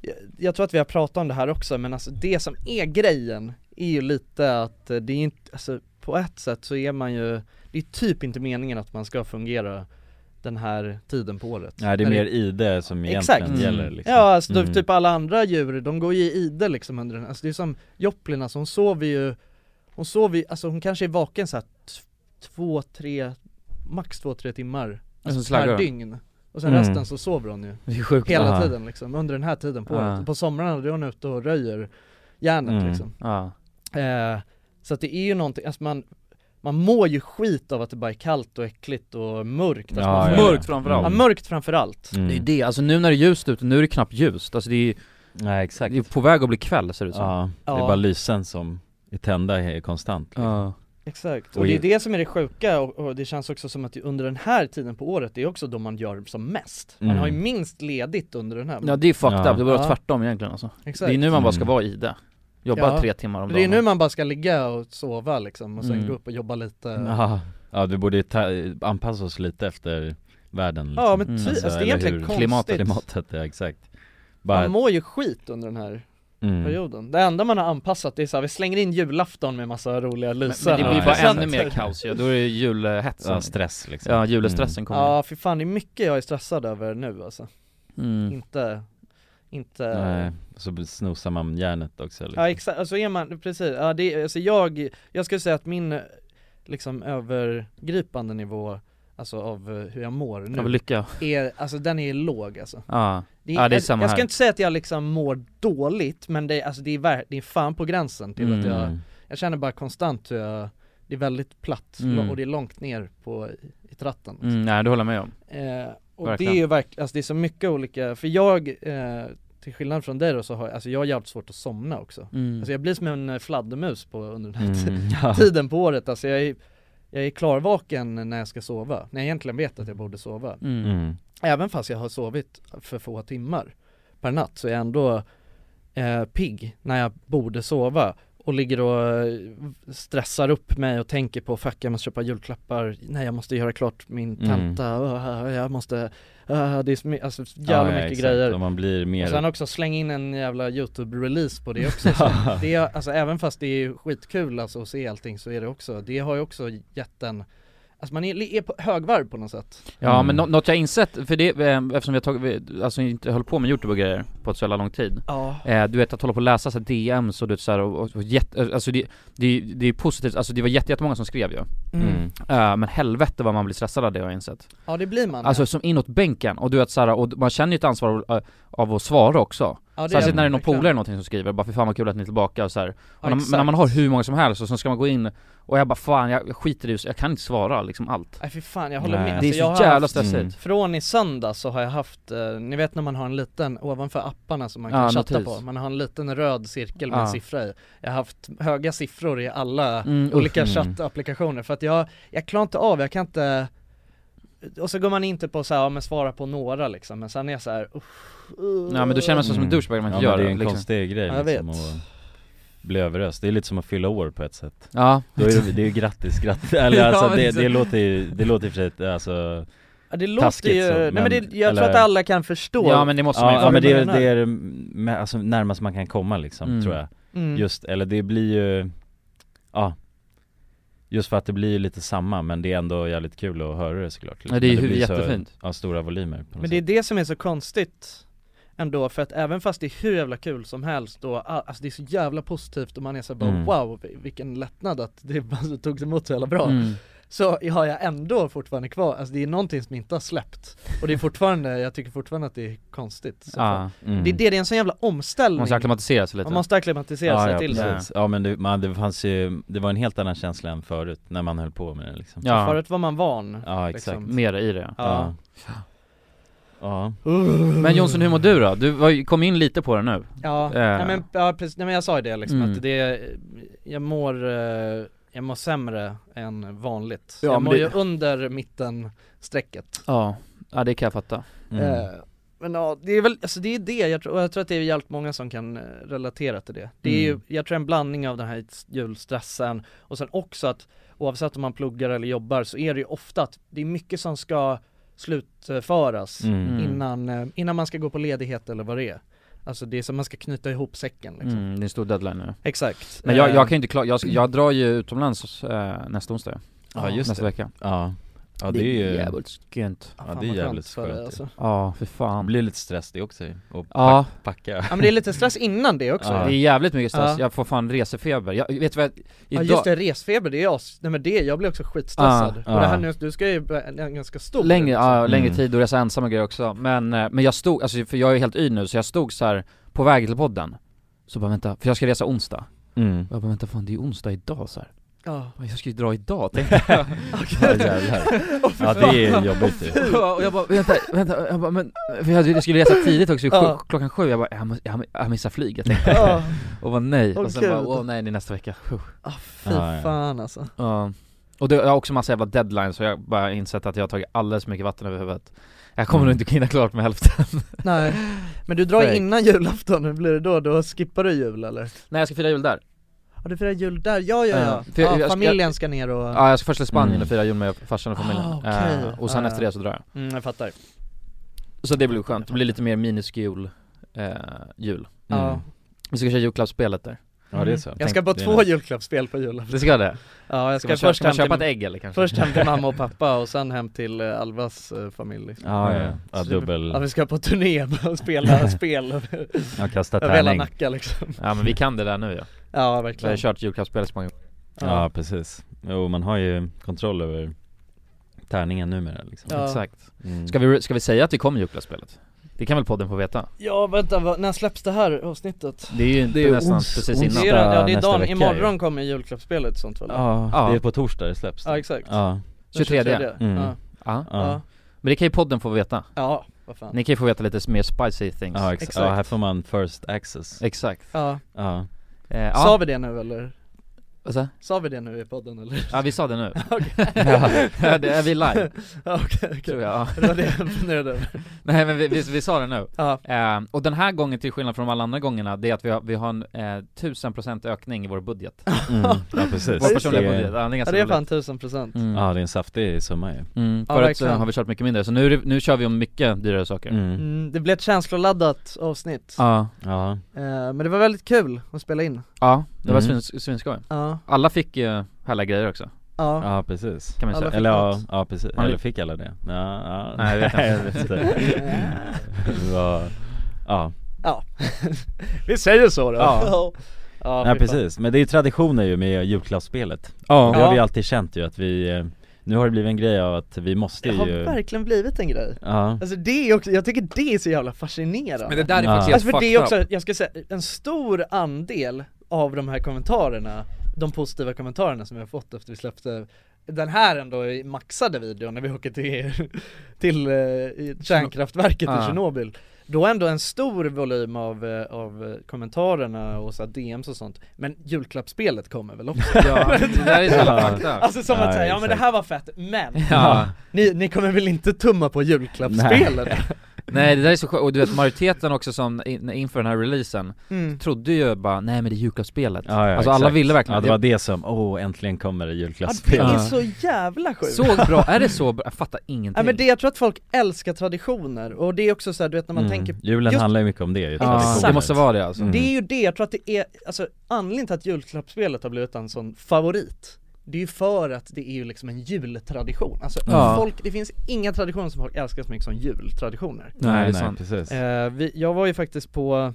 S3: jag, jag tror att vi har pratat om det här också men alltså det som är grejen är ju lite att eh, det är inte, alltså på ett sätt så är man ju, det är typ inte meningen att man ska fungera den här tiden på året
S4: Nej det är
S3: När
S4: mer ide som egentligen
S3: Exakt.
S4: gäller liksom
S3: Ja alltså typ-
S4: Mm.
S3: typ alla andra djur, de går ju i ide liksom under den, alltså det är som Joplin alltså, hon sover ju, hon sover ju, alltså hon kanske är vaken såhär två, tre, max två, tre timmar
S5: Alltså,
S3: alltså,
S5: slaggar
S3: per
S5: hon.
S3: dygn Och sen
S5: Mm.
S3: resten så sover hon ju
S5: Det är sjukt
S3: hela
S5: Ja.
S3: tiden liksom, under den här tiden på
S5: Ja.
S3: året. På somrarna då är hon ute och röjer järnet
S5: Mm.
S3: liksom
S5: Ja.
S3: eh, Så att det är ju någonting, alltså man, man mår ju skit av att det bara är kallt och äckligt och mörkt alltså
S4: Ja,
S3: man
S4: ja,
S3: får-
S4: ja.
S5: Mörkt framförallt.
S3: Ja mörkt framförallt
S4: Mm.
S5: Det är ju det, alltså nu när det är ljust ute, nu är det knappt ljust, alltså det är,
S4: Nej exakt
S5: det är på väg att bli kväll ser det ut som
S4: Ja, det är
S3: Ja.
S4: bara lysen som är tända he- konstant liksom.
S5: Ja.
S3: Exakt,
S4: Och
S3: och det
S4: i-
S3: är det som är det sjuka och, och det känns också som att under den här tiden på året, det är också då man gör som mest Man
S5: Mm.
S3: har ju minst ledigt under den här
S5: Ja det är fucked
S4: Ja.
S5: up, det borde vara
S3: Ja.
S5: tvärtom egentligen alltså.
S3: Exakt.
S5: Det är nu man bara ska
S4: Mm.
S5: vara i det Jobba
S3: Ja.
S5: tre timmar om dagen
S3: Det är nu man bara ska ligga och sova liksom och sen
S5: Mm.
S3: gå upp och jobba lite
S4: Ja, ja vi borde ta, anpassa oss lite efter världen liksom.
S3: Ja men ty,
S5: Mm.
S3: alltså, det är
S4: eller
S3: egentligen
S4: hur-
S3: konstigt
S4: Klimatet, klimatet, ja exakt Bara,
S3: Man mår ju skit under den här
S4: mm.
S3: perioden. Det enda man har anpassat det är så här, vi slänger in julafton med massa roliga
S5: Men,
S3: lyser
S5: men det blir
S4: Ja,
S5: bara
S4: exakt.
S5: ännu mer kaos ja. då är det julhetsen
S4: ja,
S5: Ja,
S4: stress liksom
S5: julestressen kommer
S3: Ja för fan det är mycket jag är stressad över nu alltså,
S5: mm.
S3: inte, inte
S4: mm. Nej, så snosar man järnet också liksom.
S3: Ja exakt, alltså är man, precis, ja det, är- alltså jag, jag skulle säga att min eh, liksom övergripande nivå Alltså av eh, hur jag mår
S5: Av
S3: nu,
S5: lycka
S3: är, alltså den är låg alltså
S5: Ja,
S3: det
S5: Ja, det är
S3: jag,
S5: samma
S3: jag ska
S5: här.
S3: inte säga att jag liksom mår dåligt men det, alltså det är, ver- det är fan på gränsen till att jag,
S4: Mm.
S3: jag känner bara konstant hur jag det är väldigt platt
S5: Mm.
S3: och det är långt ner på, i tratten.
S5: Mm, nej det håller jag med om.
S3: Eh, och
S5: Verkligen.
S3: det är ju verkligen, alltså det är så mycket olika, för jag, eh, till skillnad från dig då så har jag, alltså jag har jävligt svårt att somna också.
S5: Mm.
S3: Alltså jag blir som en eh, fladdermus på, under den här ti-
S5: Mm,
S3: <laughs>
S5: ja.
S3: tiden på året, alltså jag är, jag är klarvaken när jag ska sova, när jag egentligen vet att jag borde sova.
S5: Mm.
S4: Mm.
S3: Även fast jag har sovit för få timmar per natt så är jag ändå eh, pigg när jag borde sova och ligger och eh, stressar upp mig och tänker på fuck jag måste köpa julklappar, nej jag måste göra klart min
S4: Mm.
S3: tenta, Öh, jag måste, öh, det är så my- alltså, jävla
S4: Ja, ja,
S3: mycket
S4: exakt.
S3: grejer
S4: Och man blir mer...
S3: och sen också slänga in en jävla youtube-release på det också
S4: <laughs>
S3: så det är, alltså, Även fast det är skitkul alltså, att se allting så är det också, det har ju också gett en Alltså man är, är på högvarv på något sätt
S5: Ja
S4: Mm.
S5: men nå- något jag insett, för det, eh, eftersom vi har tagit, vi- alltså inte hållit på med youtube och grejer på så jävla lång tid
S3: Ja
S5: eh, Du vet att hålla på och läsa så här DMs och du vet såhär och, och, och jätte, alltså det, det, är ju- det är ju positivt, alltså det var jätte, jättemånga som skrev ju
S4: Mm.
S5: Eh, Men helvete vad man blir stressad av det har jag insett
S3: Ja det blir man
S5: Alltså som inåt bänken, och du vet såhär, och man känner ju ett ansvar av, eh, av att svara också
S3: ja, det
S5: Särskilt när det är någon
S3: verkligen.
S5: polare eller någonting som skriver bara för fan vad kul att ni är tillbaka och så här.
S3: Ja,
S5: Och när,
S3: exakt.
S5: men när man har hur många som helst och så ska man gå in och jag bara fan jag skiter i det, jag kan inte svara liksom allt
S3: Nej fy fan jag håller
S4: Nej.
S3: med,
S5: Det är
S3: alltså, jag
S5: så
S3: har
S5: jävla
S3: haft,
S5: stressigt
S4: Mm.
S3: Från i söndag så har jag haft, eh, ni vet när man har en liten, ovanför apparna som man kan
S5: Ja,
S3: chatta
S5: notis.
S3: på Man har en liten röd cirkel med
S5: Ja.
S3: en siffra i Jag har haft höga siffror i alla
S5: Mm,
S3: olika
S4: mm.
S3: chattapplikationer för att jag, jag klarar inte av, jag kan inte och så går man inte på så här, ja, men svara på några liksom, men sen är jag så här, uff, uh,
S5: Ja men då känner man sig som en
S4: Mm.
S5: douchebag när man
S4: Ja,
S5: inte
S4: men
S5: gör
S4: det är
S5: det
S4: en
S5: liksom.
S4: konstig grej
S3: Ja, jag
S4: liksom,
S3: vet.
S4: att bli överöst. Det är lite som att fylla år på ett sätt.
S5: Ja,
S3: <laughs>
S4: Då är det, det är ju grattis, grattis. <laughs> Eller
S5: Ja,
S4: alltså
S5: men
S4: det,
S5: så-
S4: det låter ju, det låter i och för sig, alltså
S3: ja, det låter
S4: Taskigt
S3: ju,
S4: så,
S3: nej men det,
S4: men-
S3: jag tror
S4: eller-
S3: att alla kan förstå
S5: ja men det måste man
S4: Ja,
S5: ju
S4: ja men det är,
S3: menar.
S4: det är med, alltså, närmast man kan komma liksom,
S5: Mm.
S4: tror jag
S3: mm.
S4: Just, eller det blir ju, ja Just för att det blir ju lite samma men det är ändå jävligt kul att höra det såklart liksom.
S5: Ja, det är ju
S4: Men
S5: hur-
S4: blir så-
S5: jättefint.
S4: Ja, stora volymer på något
S3: Men det är
S4: sätt.
S3: det som är så konstigt ändå, för att även fast det är hur jävla kul som helst då, all- alltså det är så jävla positivt och man är så bara
S4: Mm.
S3: wow, vilken lättnad att det <laughs> bara togs emot så jävla bra
S5: Mm.
S3: Så har jag ändå fortfarande kvar, alltså det är någonting som inte har släppt Och det är fortfarande, jag tycker fortfarande att det är konstigt så fan.
S5: Ja,
S4: mm.
S3: Det är det, det är en sån jävla omställning
S5: man måste acklimatisera sig lite
S3: Man måste acklimatisera sig
S4: ja,
S3: till
S4: ja,
S3: det
S4: precis. ja men det, man, det fanns ju, det var en helt annan känsla än förut när man höll på med det liksom
S5: Ja,
S3: Förut var man van
S4: ja exakt
S3: liksom.
S5: mer i det
S3: Ja.
S4: Ja,
S5: Men Jonsson hur mår du då? Du var ju- kom in lite på det nu
S3: Ja,
S5: Eh.
S3: nej, men, ja precis, nej, men jag sa ju det liksom
S5: Mm.
S3: att det, jag mår, eh, jag mår sämre än vanligt
S5: Ja,
S3: Jag
S5: men
S3: mår
S5: det-
S3: ju under mittenstrecket
S5: Ja, ja det kan jag fatta
S4: mm.
S3: eh, Men ja, det är väl, alltså det är det, jag tror, och jag tror att det är jävligt många som kan eh, relatera till det Det är
S5: Mm.
S3: ju, jag tror en blandning av den här julstressen och sen också att oavsett om man pluggar eller jobbar så är det ju ofta att det är mycket som ska slutföras
S4: Mm.
S5: Mm.
S3: innan, eh, innan man ska gå på ledighet eller vad det är Alltså det är som man ska knyta ihop säcken liksom
S5: mm, Det är en stor deadline nu
S3: Exakt
S5: Men jag,
S3: Eh,
S5: jag kan ju inte klara, jag, ska- jag drar ju utomlands eh, nästa onsdag
S4: ja just
S5: Nästa
S4: det
S5: vecka
S4: Ja, ja det är ju,
S5: jävligt skönt
S3: fan,
S4: ja, det är
S3: vad skönt
S4: jävligt
S3: för
S4: skönt
S3: dig,
S4: ju.
S3: alltså.
S5: Ja, för
S4: det
S5: fan
S4: blir lite stress det också ju, och
S5: Ja,
S4: packa
S3: Ja men det är lite stress innan det också
S4: Ja.
S5: det är jävligt mycket stress,
S3: Ja.
S5: jag får fan resefeber, jag, vet du vad jag,
S3: Ja
S5: idag,
S3: just det, resfeber det är as, nej men det, jag blir också skitstressad
S5: Ah,
S3: Och det här
S4: ah.
S3: nu, du ska ju börja- en ganska stor
S5: längre,
S3: liksom.
S5: ja, längre
S4: Mm.
S5: tid och resa ensam och grejer också, men, eh, men jag stod, alltså för jag är helt yr nu så jag stod så här på väg till podden så bara vänta, för jag ska resa onsdag,
S4: mm.
S5: och jag bara vänta fan det är ju onsdag idag så här.
S3: ja.
S5: Fan, jag ska ju dra
S3: <laughs>
S5: idag tänkte jag
S4: Ja, jävlar. ja det är jobbigt ju
S5: Och jag bara vänta, vänta, jag bara men, för jag, jag skulle resa tidigt också, sju,
S3: Ja.
S5: klockan sju, jag bara jag, må- jag, jag missar flyget <laughs> tänkte jag.
S3: Ja,
S5: och bara nej,
S3: Åh,
S5: och sen bara
S3: gud.
S5: åh nej det är nästa vecka Puh.
S3: ah, fy
S4: Ja, ja.
S3: fan
S5: <laughs>
S3: alltså
S5: Ja, och det, jag har också massa jävla deadlines så jag har bara insett att jag har tagit alldeles för mycket vatten över huvudet Jag kommer nog inte hinna klart med hälften
S3: Nej, men du drar
S5: Fake.
S3: innan julafton, hur blir det då? Då skippar du jul eller?
S5: <laughs> Nej jag ska fira jul där
S3: Ja du firar jul där, ja ja ja,
S5: Ja, Ah, för jag-
S3: ja
S5: jag- Ah.
S3: familjen ska ner och,
S5: Ja jag ska först till Spanien
S4: Mm.
S5: och fira jul med farsan och familjen
S3: Ah, okej.
S5: Eh, Och sen
S3: Ja,
S5: efter
S3: ja.
S5: det så drar jag
S3: mm, jag fattar
S5: Så det blir skönt, det blir lite mer miniskjul eh, jul
S3: Ja,
S5: Vi ska köra julklappsspelet där
S4: Mm. Ja det är så
S3: Ah. jag ska på
S4: Det är
S3: två
S4: nice.
S3: julklappsspel på julafton
S5: Det ska det?
S3: Ja jag ska,
S5: Ska man, köpa-
S3: först
S5: ska man
S3: hem
S5: köpa
S3: till,
S5: ett ägg eller kanske?
S3: först hem till mamma och pappa och sen hem till eh, Alvas eh, familj
S4: Ja, ja, ja dubbel,
S3: Ja vi ska på turné och
S5: <laughs>
S3: spela spel,
S4: ja kasta
S3: över
S4: tärning
S3: Nacka liksom
S5: Ja men vi kan det där nu ja,
S3: Ja
S5: vi har
S3: verkligen
S5: kört julklappsspelet så många gånger
S4: Ja precis, jo man har ju kontroll över tärningen numera liksom
S3: Ja.
S5: Exakt
S4: mm.
S5: ska vi, ska vi säga att vi kommer julklappsspelet? Det kan väl podden få veta?
S3: Ja vänta, vad- när släpps det här avsnittet?
S5: Det är ju inte
S9: Det är
S5: nästan
S9: ons-
S5: precis
S3: Det
S5: innan
S3: är, ja det är
S9: nästa
S3: dagen,
S9: vecka
S3: imorgon kommer julklappsspelet och sånt väl?
S9: Ja,
S5: Ja.
S9: det är på torsdag det släpps
S3: Ja, exakt
S9: Ja,
S3: Den
S5: 23.
S9: Mm.
S3: Ja.
S5: Ja.
S3: Ja.
S9: ja,
S5: Men det kan ju podden få veta
S3: ja, vad fan
S5: Ni kan ju få veta lite mer spicy things
S9: ja, ex-
S3: Exakt.
S9: ja här får man first access
S5: Exakt
S3: ja.
S9: Ja,
S5: eh, ja.
S3: Sa vi det nu eller?
S5: Vad sa?
S3: Sa vi det nu i podden eller? <laughs>
S5: Ja vi sa det nu
S3: Okej.
S5: <laughs> ja, det är vi live,
S3: <laughs> Ja, Okej,
S5: tror
S3: okej
S5: jag ja.
S3: Det var det jag funderade över
S5: <laughs> Nej men vi, vi, vi sa det nu
S3: Ja,
S5: eh, Och den här gången till skillnad från de alla andra gångerna, det är att vi har, vi har en eh, 1000% ökning i vår budget
S9: mm. ja precis
S5: Vår personliga
S9: Det är-
S5: budget, ja, det är
S3: ja
S5: ganska
S3: det är
S5: roligt
S3: fan tusen procent
S5: mm.
S9: Ja det är en saftig summa ju
S5: Mm.
S3: Ja,
S5: Förut så
S3: verkligen.
S5: har vi kört mycket mindre, så nu, är det- nu kör vi om mycket dyrare saker
S9: mm.
S3: mm, Det blev ett känsloladdat avsnitt
S5: Ja,
S9: Ja,
S3: eh, Men det var väldigt kul att spela in
S5: ja, det var
S9: Mm.
S5: svins- svinskoj
S3: Ja,
S5: Alla fick ju härliga grejer också,
S3: ja,
S9: ja precis
S5: kan man ju
S3: Alla
S5: säga
S3: fick
S9: Eller ja,
S3: något.
S9: ja precis,
S5: Har ni-
S9: eller fick alla det? Ja, ja.
S5: Nej, jag vet inte.
S9: <laughs>
S5: <laughs>
S9: Det var, ja,
S3: ja Vi säger så
S9: <laughs>
S3: då
S9: Ja.
S3: ja
S9: nej
S3: fy fan.
S9: precis, men det är ju traditioner ju med julklappsspelet
S5: Ja,
S9: Det har vi
S3: Ja.
S9: alltid känt ju att vi, eh, nu har det blivit en grej av att vi måste
S3: Det har
S9: ju
S3: verkligen blivit en grej
S9: Ja,
S3: Alltså det är också, jag tycker det är så jävla fascinerande
S5: men det där är
S9: Ja. helt
S5: faktiskt
S3: Alltså för det
S5: helt
S3: är
S5: fucked
S3: också, jag ska säga, en stor andel av de här kommentarerna, de positiva kommentarerna som vi har fått efter vi släppte den här ändå i maxade videon när vi åker till, <laughs> till eh, i kärnkraftverket i
S5: Ja.
S3: Tjernobyl Då ändå en stor volym av, eh, av eh, kommentarerna och så här DMs och sånt Men julklappsspelet kommer väl
S5: <laughs>
S3: också?
S9: <laughs>
S5: Ja, det där är så jävla
S9: Ja.
S5: fucked up
S3: Alltså som
S9: Ja,
S3: att säga, ja men det
S9: exakt.
S3: här var fett, men
S5: Ja,
S3: ni, ni kommer väl inte tumma på julklappsspelet?
S5: nej det där är så skönt, och du vet majoriteten också som in, inför den här releasen
S3: Mm.
S5: trodde ju bara nej men det är julklappsspelet
S9: ja, ja
S5: Alltså alla
S9: exakt.
S5: ville verkligen
S9: Ja det var det som, åh oh, äntligen kommer det
S3: Ja, det
S9: julklappsspel Mm.
S3: är
S5: Ja.
S3: så jävla sjukt!
S5: Så bra, är det så bra? Jag fattar
S3: Ja
S5: ingenting
S3: men det, jag tror att folk älskar traditioner och det är också så här, du vet när man
S9: Mm.
S3: tänker
S9: Julen
S3: just-
S9: handlar ju mycket om det ju,
S5: ja,
S9: traditioner.
S5: det måste vara det alltså
S9: Mm.
S3: Det är ju det, jag tror att det är, alltså anledningen till att julklappsspelet har blivit en sån favorit Det är ju för att det är ju liksom en jultradition, alltså
S5: Ja.
S3: folk, det finns inga traditioner som folk älskar så mycket som jultraditioner
S5: Nej, det är
S9: Nej, nej
S5: sant.
S9: precis
S3: eh, vi, Jag var ju faktiskt på,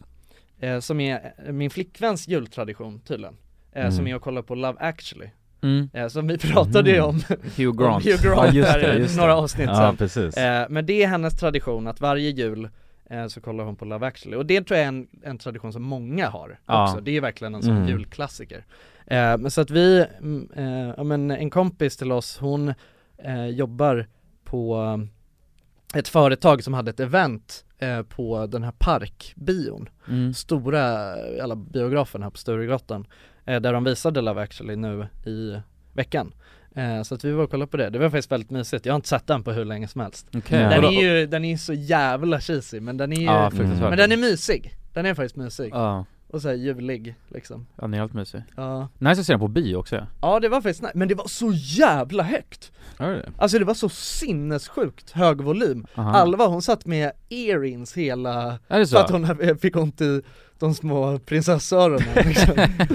S3: eh, som är eh, min flickväns jultradition tydligen eh,
S9: Mm.
S3: Som är att kolla på Love actually,
S5: mm.
S3: eh, som vi pratade ju
S9: Mm.
S3: om,
S5: Hugh
S3: om
S5: Grant
S3: Hugh Grant
S9: Ja, just
S3: här
S9: det,
S3: i
S9: just det.
S3: några avsnitt sen
S9: Ja precis
S3: Eh, men det är hennes tradition att varje jul eh, så kollar hon på Love actually och det tror jag är en, en tradition som många har
S5: Ja.
S3: också, det är verkligen en sån
S9: Mm.
S3: julklassiker. Eh, men så att vi, mm, eh, ja, men en kompis till oss, hon eh, jobbar på eh, ett företag som hade ett event eh, på den här parkbion,
S5: mm.
S3: stora, eh, alla biografen här på Sturegatan, eh, där de visade Love actually nu i veckan. Eh, så att vi var och kollade på det, det var faktiskt väldigt mysigt, jag har inte sett den på hur länge som helst.
S5: Okej.
S9: Ja.
S3: Den
S5: Vadå?
S3: är ju, den är ju så jävla cheesy men den är ju,
S5: Ja, fruktansvärt
S3: men den är mysig Den är faktiskt mysig
S5: Ja,
S3: och så här julig liksom
S5: ja den är helt mysig
S3: Ja,
S5: Nice att se den på bio också ja.
S3: ja det var faktiskt nice. men det var så jävla högt!
S9: Har du det?
S3: Alltså det var så sinnessjukt hög volym
S5: Aha.
S3: Alva hon satt med earrings hela,
S5: Är det
S3: för att
S5: så?
S3: hon eh, fick ont i de små prinsessöronen
S5: <laughs>
S3: liksom.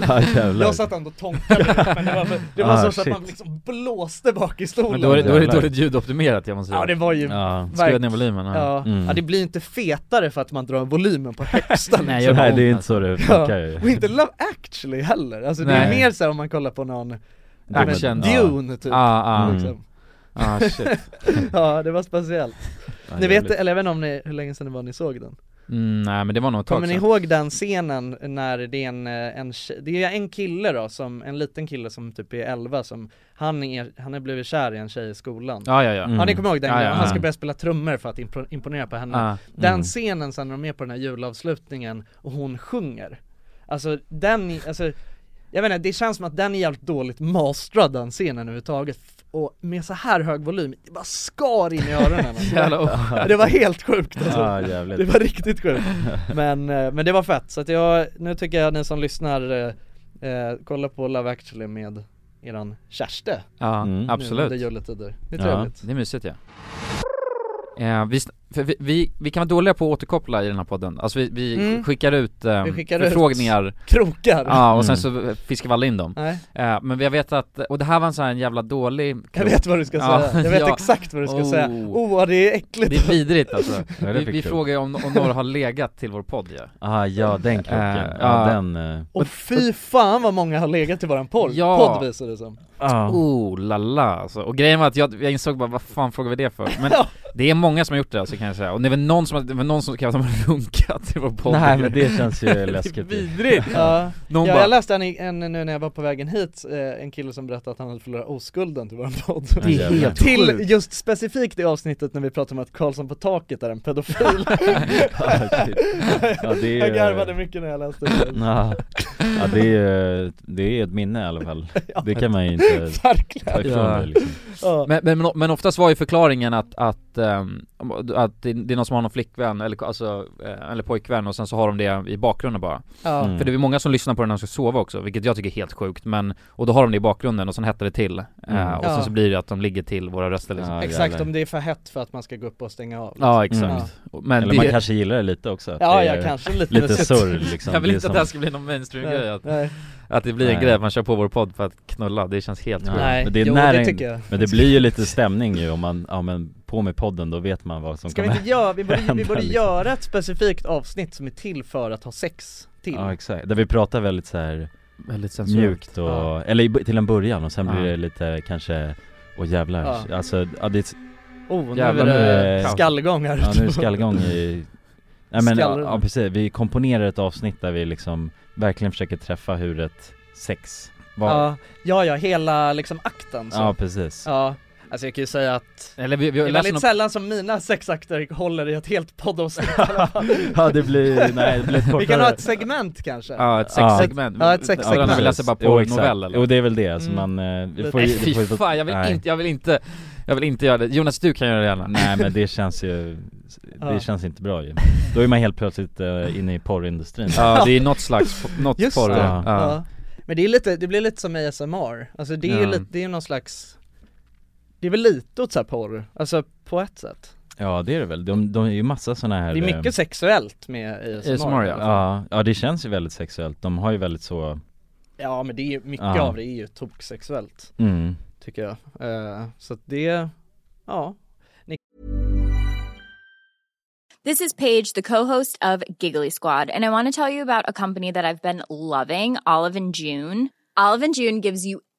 S9: Ja jävlar
S3: Jag satt ändå och tonkade med det, men det var, det var
S9: Ah,
S3: så, så att
S9: shit.
S3: man liksom blåste bak i stolen
S5: Men då är det, då är det dåligt ljudoptimerat jag måste säga
S3: Ja det var ju
S9: Ja,
S5: Skruva ner volymen ja.
S3: Ja,
S9: Mm.
S3: ja det blir inte fetare för att man drar volymen på
S5: <laughs>
S3: högsta
S5: Nej,
S9: så
S5: jag-
S9: här, det är ju inte så det funkar ju
S3: Och inte Love actually heller, alltså det är
S5: Nej.
S3: mer såhär om man kollar på någon
S9: Ja, men-
S5: Action.
S9: ja.
S3: Dune typ
S5: Ah, ah,
S9: Mm.
S3: liksom.
S5: ah shit
S3: Ja det var speciellt.
S9: Ja,
S3: ni vet,
S9: jävligt.
S3: eller jag vet inte om ni, hur länge sedan det var ni såg den?
S5: mm, Nej men det var nog ett tag
S3: Kommer ni
S5: sedan.
S3: ihåg den scenen när det är en, eh, en tje- det är en kille då som, en liten kille som typ är 11 som, han är, han har blivit kär i en tjej i skolan
S5: Ja ja ja
S9: Mm.
S3: Ja ni kommer ihåg den
S5: Ja, ja,
S3: grejen, han ska
S9: ja.
S3: börja spela trummor för att impro- imponera på henne
S5: Ah.
S3: Den
S9: Mm.
S3: scenen sen när de är på den här julavslutningen och hon sjunger Alltså den, är- alltså Jag vet inte, det känns som att den är jävligt dåligt mastrad den scenen överhuvudtaget F- Och med så här hög volym, det bara skar in i
S5: <laughs>
S3: öronen
S5: Jävla
S3: alltså.
S5: oh.
S3: Det var helt sjukt alltså.
S9: Ja
S3: Det
S9: jävligt
S3: var riktigt
S5: <laughs>
S3: sjukt men, eh, men det var fett, så att jag, nu tycker jag ni som lyssnar eh, eh, Kolla på Love actually med eran Kärste
S5: Ja,
S9: Mm.
S3: nu
S5: absolut
S3: under juletider Det är
S9: Ja.
S3: trevligt
S5: Det är mysigt ja. Eh, vi, sn- för vi, vi, vi kan vara dåliga på att återkoppla i den här podden, alltså vi, vi
S3: Mm.
S5: skickar ut eh,
S3: Vi skickar ut.
S5: förfrågningar,
S3: <laughs> Krokar!
S5: ja och sen
S9: Mm.
S5: så fiskar vi alla in dem.
S3: Nej,
S5: Eh, men jag vet att, och det här var en sån här jävla dålig
S3: jag vet vad du ska
S5: Ja,
S3: säga, <laughs> jag vet
S5: ja.
S3: exakt vad du ska
S5: Oh.
S3: säga Oh vad det är äckligt!
S5: Det är
S9: <laughs>
S5: vidrigt alltså.
S9: det
S5: vi
S9: fick
S5: vi
S9: kul.
S5: frågar ju om, om några har legat till vår podd ja.
S9: Ah, ja den krocken,
S5: Eh,
S9: ja
S5: ja.
S9: den eh,
S3: Och fy fan vad många har legat i våran podd,
S5: Ja.
S3: podd <clears throat> visar det som
S9: ja.
S5: Ah.
S4: <laughs>
S5: Oh la la alltså. Och grejen var att jag, jag insåg bara vad fan frågar vi det för? Men Det är många som har gjort det alltså kan jag säga, och det var någon som, det var någon som skrev att de hade runkat i vår podd
S4: Nej men det känns ju läskigt ju. <laughs>
S5: Vidrigt!
S3: Ja,
S5: Någon
S3: ja
S5: bara-
S3: jag läste en, en nu när jag var på vägen hit, eh, en kille som berättade att han hade förlorat oskulden till våran podd
S4: Det är helt
S3: Till just specifikt det avsnittet när vi pratade om att Karlsson på taket är en <laughs> pedofil
S4: Ja, shit. Ja, det är-
S3: Jag garvade mycket när jag läste det
S4: Ja, ja det, är, det är ett minne i alla fall. Det kan man ju inte
S3: Verkligen!
S4: ta ifrån
S5: Ja.
S4: dig liksom.
S3: Ja.
S5: Men, men, men- men oftast var ju förklaringen att, att, ehm, att det det är någon som har någon flickvän eller, alltså, eh, eller pojkvän och sen så har de det i bakgrunden bara
S3: Ja.
S4: Mm.
S5: För det är många som lyssnar på den när de ska sova också, vilket jag tycker är helt sjukt men Och då har de det i bakgrunden och sen hettar det till
S4: Mm.
S5: eh, och sen
S3: Ja.
S5: så blir det att de ligger till våra röster liksom
S4: Ja,
S3: Exakt,
S4: jävlar.
S3: om det är för hett för att man ska gå upp och stänga av
S5: Ja
S3: liksom.
S5: exakt, men
S4: Eller man
S5: det,
S4: kanske gillar det lite också. att
S3: Ja,
S4: det
S3: ja
S4: är
S3: kanske lite
S4: Lite
S3: mysigt.
S4: surr liksom.
S5: jag vill
S4: Det är
S5: inte att
S4: som-
S5: det här ska bli någon mainstream grej
S3: Nej,
S5: att,
S3: nej.
S5: att det blir en
S4: Nej.
S5: grej att man kör på vår podd för att knulla, det känns helt
S4: Ja.
S5: sjukt
S3: Nej,
S4: men det är
S3: jo,
S4: när
S3: det
S4: en-
S3: tycker jag.
S4: Men det blir ju lite stämning ju om man, ja men på med podden då vet man vad som
S3: Ska vi
S4: kommer
S3: inte göra, vi borde, vi
S4: hända, <laughs>
S3: borde
S4: liksom.
S3: göra ett specifikt avsnitt som är till för att ha sex till
S4: Ja exakt, där vi pratar väldigt så här
S5: Väldigt sensuellt
S4: mjukt och,
S3: Ja.
S4: eller i bo- till en början och sen
S5: Ja.
S4: blir det lite kanske, åh jävlar,
S3: Ja.
S4: alltså ja, det är,
S3: Oh, nu
S5: Jävlar,
S3: är
S4: nu
S3: det
S4: är det kaos.
S3: skallgång här
S4: ja,
S3: ute.
S4: nu är
S3: <laughs>
S4: det skallgång i Nej men ja,
S3: Skallren.
S4: ja precis, vi komponerar ett avsnitt där vi liksom verkligen försöker träffa hur ett sex var Ja,
S3: Ja, ja, ja, hela liksom akten så. Ja.
S4: precis
S3: Alltså jag kan ju säga att
S5: Eller vi, vi
S3: det
S5: har
S3: är
S5: läst
S3: väldigt
S5: någon,
S3: sällan som mina sexakter håller i ett helt poddavsnitt i
S4: <laughs>
S3: alla fall.
S4: Ja det blir, nej det blir ett kortare
S3: Vi kan ha ett segment kanske?
S5: ja ett
S4: Ja.
S5: sexsegment
S3: Ja, ett sexsegment.
S5: Ja, när vi läser bara
S4: Jo,
S5: på
S4: exakt.
S5: novell eller
S4: Jo det är väl det, så
S3: Mm.
S4: man, eh, vi
S3: Nej,
S4: får, ju-
S5: Nej
S4: det får
S5: fy
S4: ju-
S5: fan, jag vill
S4: nej.
S5: inte, jag vill inte, jag vill inte göra det. Jonas du kan göra det
S4: <laughs>
S5: gärna.
S4: Nej men det känns
S5: <laughs>
S4: ju, det
S3: Ja.
S4: känns inte bra ju Då är man helt plötsligt eh, inne i porrindustrin
S5: Ja det är något slags, något
S3: Just
S5: porr.
S3: det.
S5: Ja.
S3: Ja. Men det är lite, det blir lite som ASMR, alltså det är ju
S5: Ja.
S3: lite, det är ju någon slags Det är väl lite åt såhär porr, alltså på ett sätt
S4: Ja det är det väl, de, de är ju massa såna här
S3: Det är
S4: eh,
S3: mycket sexuellt med ASMR,
S5: ASMR, ja.
S3: Alltså,
S4: Ja, ja det känns ju väldigt sexuellt, de har ju väldigt så,
S3: Ja men det är ju, mycket
S4: Ja.
S3: av det är ju toksexuellt
S4: mm,
S3: tycker jag Eh, Så att det, ja
S10: This is Paige, the co-host of Giggly Squad, and I want to tell you about a company that I've been loving, Olive and June. Olive and June gives you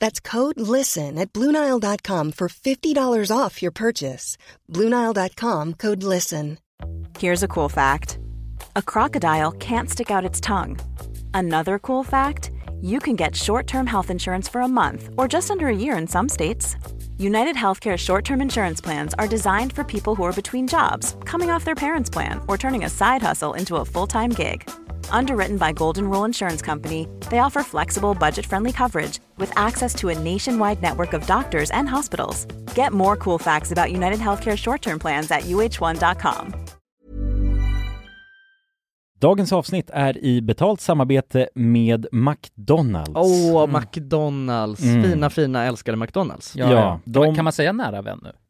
S11: That's code LISTEN at Bluenile.com for $50 off your purchase. Bluenile.com code LISTEN.
S10: Here's a cool fact a crocodile can't stick out its tongue. Another cool fact you can get short term health insurance for a month or just under a year in some states. United Healthcare short term insurance plans are designed for people who are between jobs, coming off their parents' plan, or turning a side hustle into a full time gig. Underwritten by Golden Rule Insurance Company, they offer flexible, budget friendly coverage with access to a nationwide network of doctors and hospitals. Get more cool facts about United Healthcare short term plans at uh1.com.
S12: Dagens avsnitt är i betalt samarbete med McDonalds.
S3: Åh, McDonalds,
S12: Mm.
S3: fina fina älskade McDonalds
S12: Ja, ja.
S5: De...
S12: De,
S5: Kan man säga nära vän nu?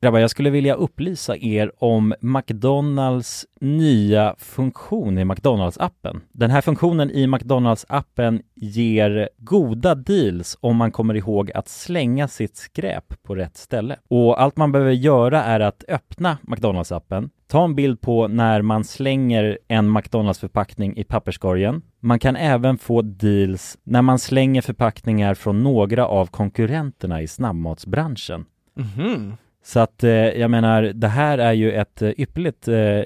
S4: Grabbar, jag skulle vilja upplysa er om McDonalds nya funktion i McDonalds-appen. Den här funktionen i McDonalds-appen ger goda deals om man kommer ihåg att slänga sitt skräp på rätt ställe. Och allt man behöver göra är att öppna McDonalds-appen, ta en bild på när man slänger en McDonalds-förpackning i papperskorgen. Man kan även få deals när man slänger förpackningar från några av konkurrenterna i snabbmatsbranschen.
S3: Mhm.
S4: Så att eh, jag menar, det här är ju ett eh, ypperligt eh,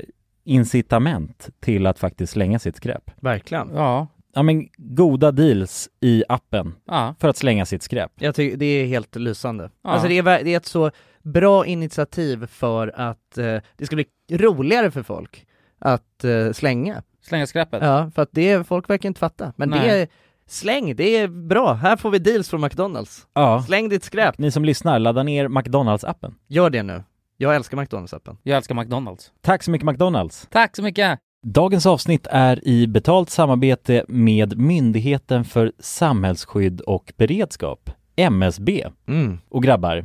S4: incitament till att faktiskt slänga sitt skräp.
S3: Verkligen.
S4: Ja. Ja men goda deals i appen
S3: Ja.
S4: för att slänga sitt skräp.
S3: Jag tycker det är helt lysande.
S4: Ja.
S3: Alltså det är, ver- det är ett så bra initiativ för att eh, det ska bli roligare för folk att eh, slänga.
S13: Slänga skräpet?
S3: Ja, för att det, folk verkar inte fatta. Men det
S13: Nej.
S3: är, släng, det är bra. Här får vi deals från McDonalds.
S4: Ja.
S3: Släng ditt skräp.
S4: Ni som lyssnar, ladda ner McDonalds-appen.
S3: Gör det nu. Jag älskar McDonalds-appen.
S13: Jag älskar McDonalds.
S4: Tack så mycket McDonalds!
S13: Tack så mycket!
S4: Dagens avsnitt är i betalt samarbete med Myndigheten för samhällsskydd och beredskap, MSB.
S3: Mm.
S4: Och grabbar,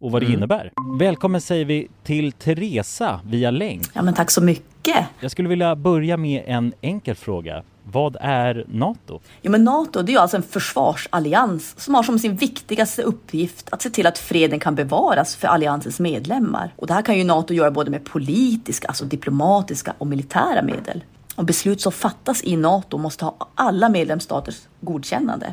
S4: och vad det
S14: Mm.
S4: innebär. Välkommen säger vi till Teresa via länk.
S14: Ja, men tack så mycket.
S4: Jag skulle vilja börja med en enkel fråga. Vad är NATO?
S14: Jo, men NATO det är ju alltså en försvarsallians som har som sin viktigaste uppgift att se till att freden kan bevaras för alliansens medlemmar. Och det här kan ju NATO göra både med politiska, alltså diplomatiska och militära medel. Och beslut som fattas i NATO måste ha alla medlemsstaters godkännande.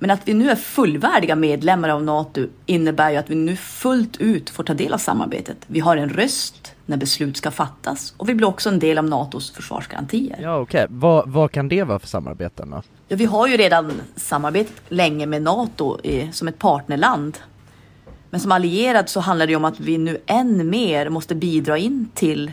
S14: Men att vi nu är fullvärdiga medlemmar av NATO innebär ju att vi nu fullt ut får ta del av samarbetet. Vi har en röst när beslut ska fattas och vi blir också en del av NATOs försvarsgarantier.
S3: Ja okej, vad, vad kan det vara för samarbeten då?
S14: Ja, vi har ju redan samarbetat länge med NATO eh, som ett partnerland. Men som allierad så handlar det ju om att vi nu än mer måste bidra in till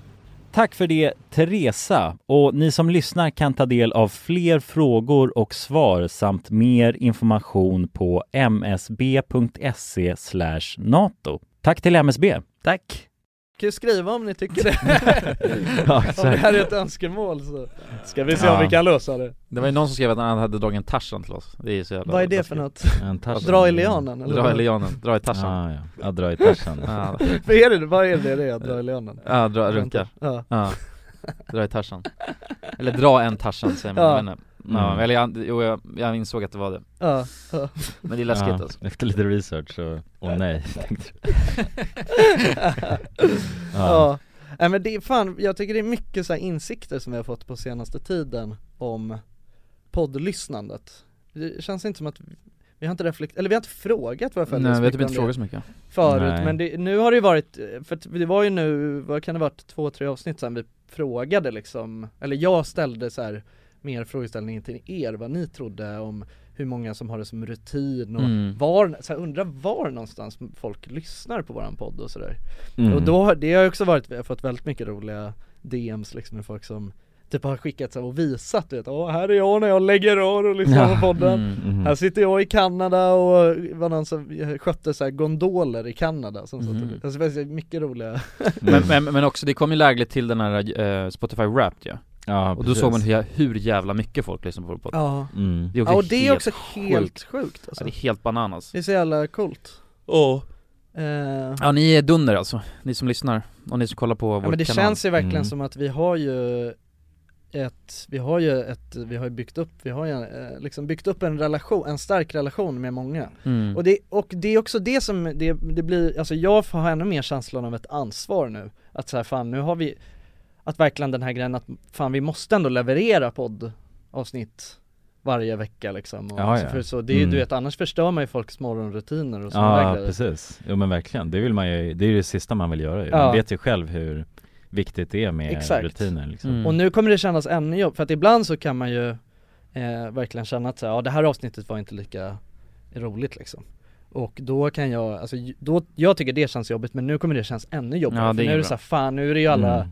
S4: Tack för det Teresa och ni som lyssnar kan ta del av fler frågor och svar samt mer information på msb.se E nato. Tack till MSB!
S3: Tack! Kan ju skriva om ni tycker <laughs> det.
S4: Ja,
S3: om det
S4: exakt.
S3: här är ett önskemål så ska vi se om
S5: Ja.
S3: vi kan lösa det.
S5: Det var ju någon som skrev att han hade dragit en Tarzan till oss, det är ju så jävla
S3: Vad är det
S5: läskigt.
S3: för något? Alltså, Dra i lianen eller?
S5: Dra i
S3: vad?
S5: lianen, dra i Tarzan
S4: Ja, ja. ja, dra i Tarzan. Mm.
S5: Ja.
S3: <laughs> Vad är det, vad är det det är, att dra i lianen?
S5: Ja, dra, runka
S3: Ja.
S5: Dra i Tarzan Eller dra en Tarzan säger man,
S3: Ja.
S5: jag vet inte. ja.
S4: Mm.
S5: Eller jag, jo, jag, jag insåg att det var det
S3: Ja,
S5: <laughs>
S3: ja.
S5: Men det är läskigt
S4: Ja,
S5: alltså
S4: Efter lite research så, åh nej, tänkte du.
S3: ja. Nej men det är fan, jag tycker det är mycket så här insikter som vi har fått på senaste tiden om poddlyssnandet. Det känns inte som att vi har inte reflekterat, eller vi har inte frågat våra följare
S5: Nej,
S3: så
S5: vi har typ
S3: mycket
S5: inte
S3: om det
S5: frågat så mycket.
S3: Förut,
S5: Nej.
S3: men det, nu har det ju varit, eh, för att det var ju nu, vad kan det ha varit, två, tre avsnitt sedan vi frågade liksom, eller jag ställde så här mer frågeställningen till er, vad ni trodde om hur många som har det som rutin och
S5: Mm.
S3: var, så här, undrar var någonstans folk lyssnar på våran podd och sådär.
S5: Mm.
S3: Och då har det har ju också varit, vi har fått väldigt mycket roliga DMs liksom med folk som typ har skickat så här och visat du vet, åh här är jag när jag lägger rör och lyssnar
S4: Ja.
S3: på podden.
S4: Mm, mhm.
S5: Alltså,
S3: Här sitter jag i Kanada och var någon som skötte så här gondoler i Kanada som satt och-
S5: Mhm.
S3: alltså, det var så mycket roliga
S4: Mm.
S5: men, men, men också, det kom ju lägligt till den här eh, Spotify Wrapped ju
S4: Ja,
S5: Och då
S4: precis.
S5: såg man hur, hur jävla mycket folk lyssnar på vår podd
S3: Ja.
S4: Mm.
S3: Ja, och det är också helt sjukt, alltså.
S5: ja, Det är helt bananas
S3: Det är så jävla coolt
S5: Ja
S3: Eh,
S5: Ja ni är dunder alltså, ni som lyssnar och ni som kollar på vår
S3: Ja, men det
S5: kanal.
S3: känns ju verkligen
S5: Mm.
S3: som att vi har ju ett, vi har ju ett, vi har ju byggt upp, vi har ju eh, liksom byggt upp en relation, en stark relation med många.
S5: Mm.
S3: Och, det, och det är också det som, det, det blir, alltså jag har ännu mer känslan av ett ansvar nu. Att så här, fan nu har vi, att verkligen den här grejen att fan vi måste ändå leverera poddavsnitt varje vecka liksom. Och
S15: Ja,
S3: så
S15: ja.
S3: För så, det är ju
S15: Mm.
S3: du vet, annars förstör man ju folks morgonrutiner och sådana där
S15: Ja
S3: grejer.
S15: precis, jo men verkligen, det vill man ju, det är ju det sista man vill göra ju.
S3: Ja.
S15: Man vet ju själv hur viktigt det är med
S3: Exakt. Mm.
S15: rutiner liksom
S5: Mm.
S3: Och nu kommer det kännas ännu jobb för att ibland så kan man ju eh, verkligen känna att så här, ja, det här avsnittet var inte lika roligt liksom. Och då kan jag, alltså ju- då, jag tycker det känns jobbigt men nu kommer det kännas ännu jobbigare
S5: Ja, det
S3: för
S5: är
S3: nu är det
S5: bra.
S3: såhär, fan nu är det ju alla
S5: Mm.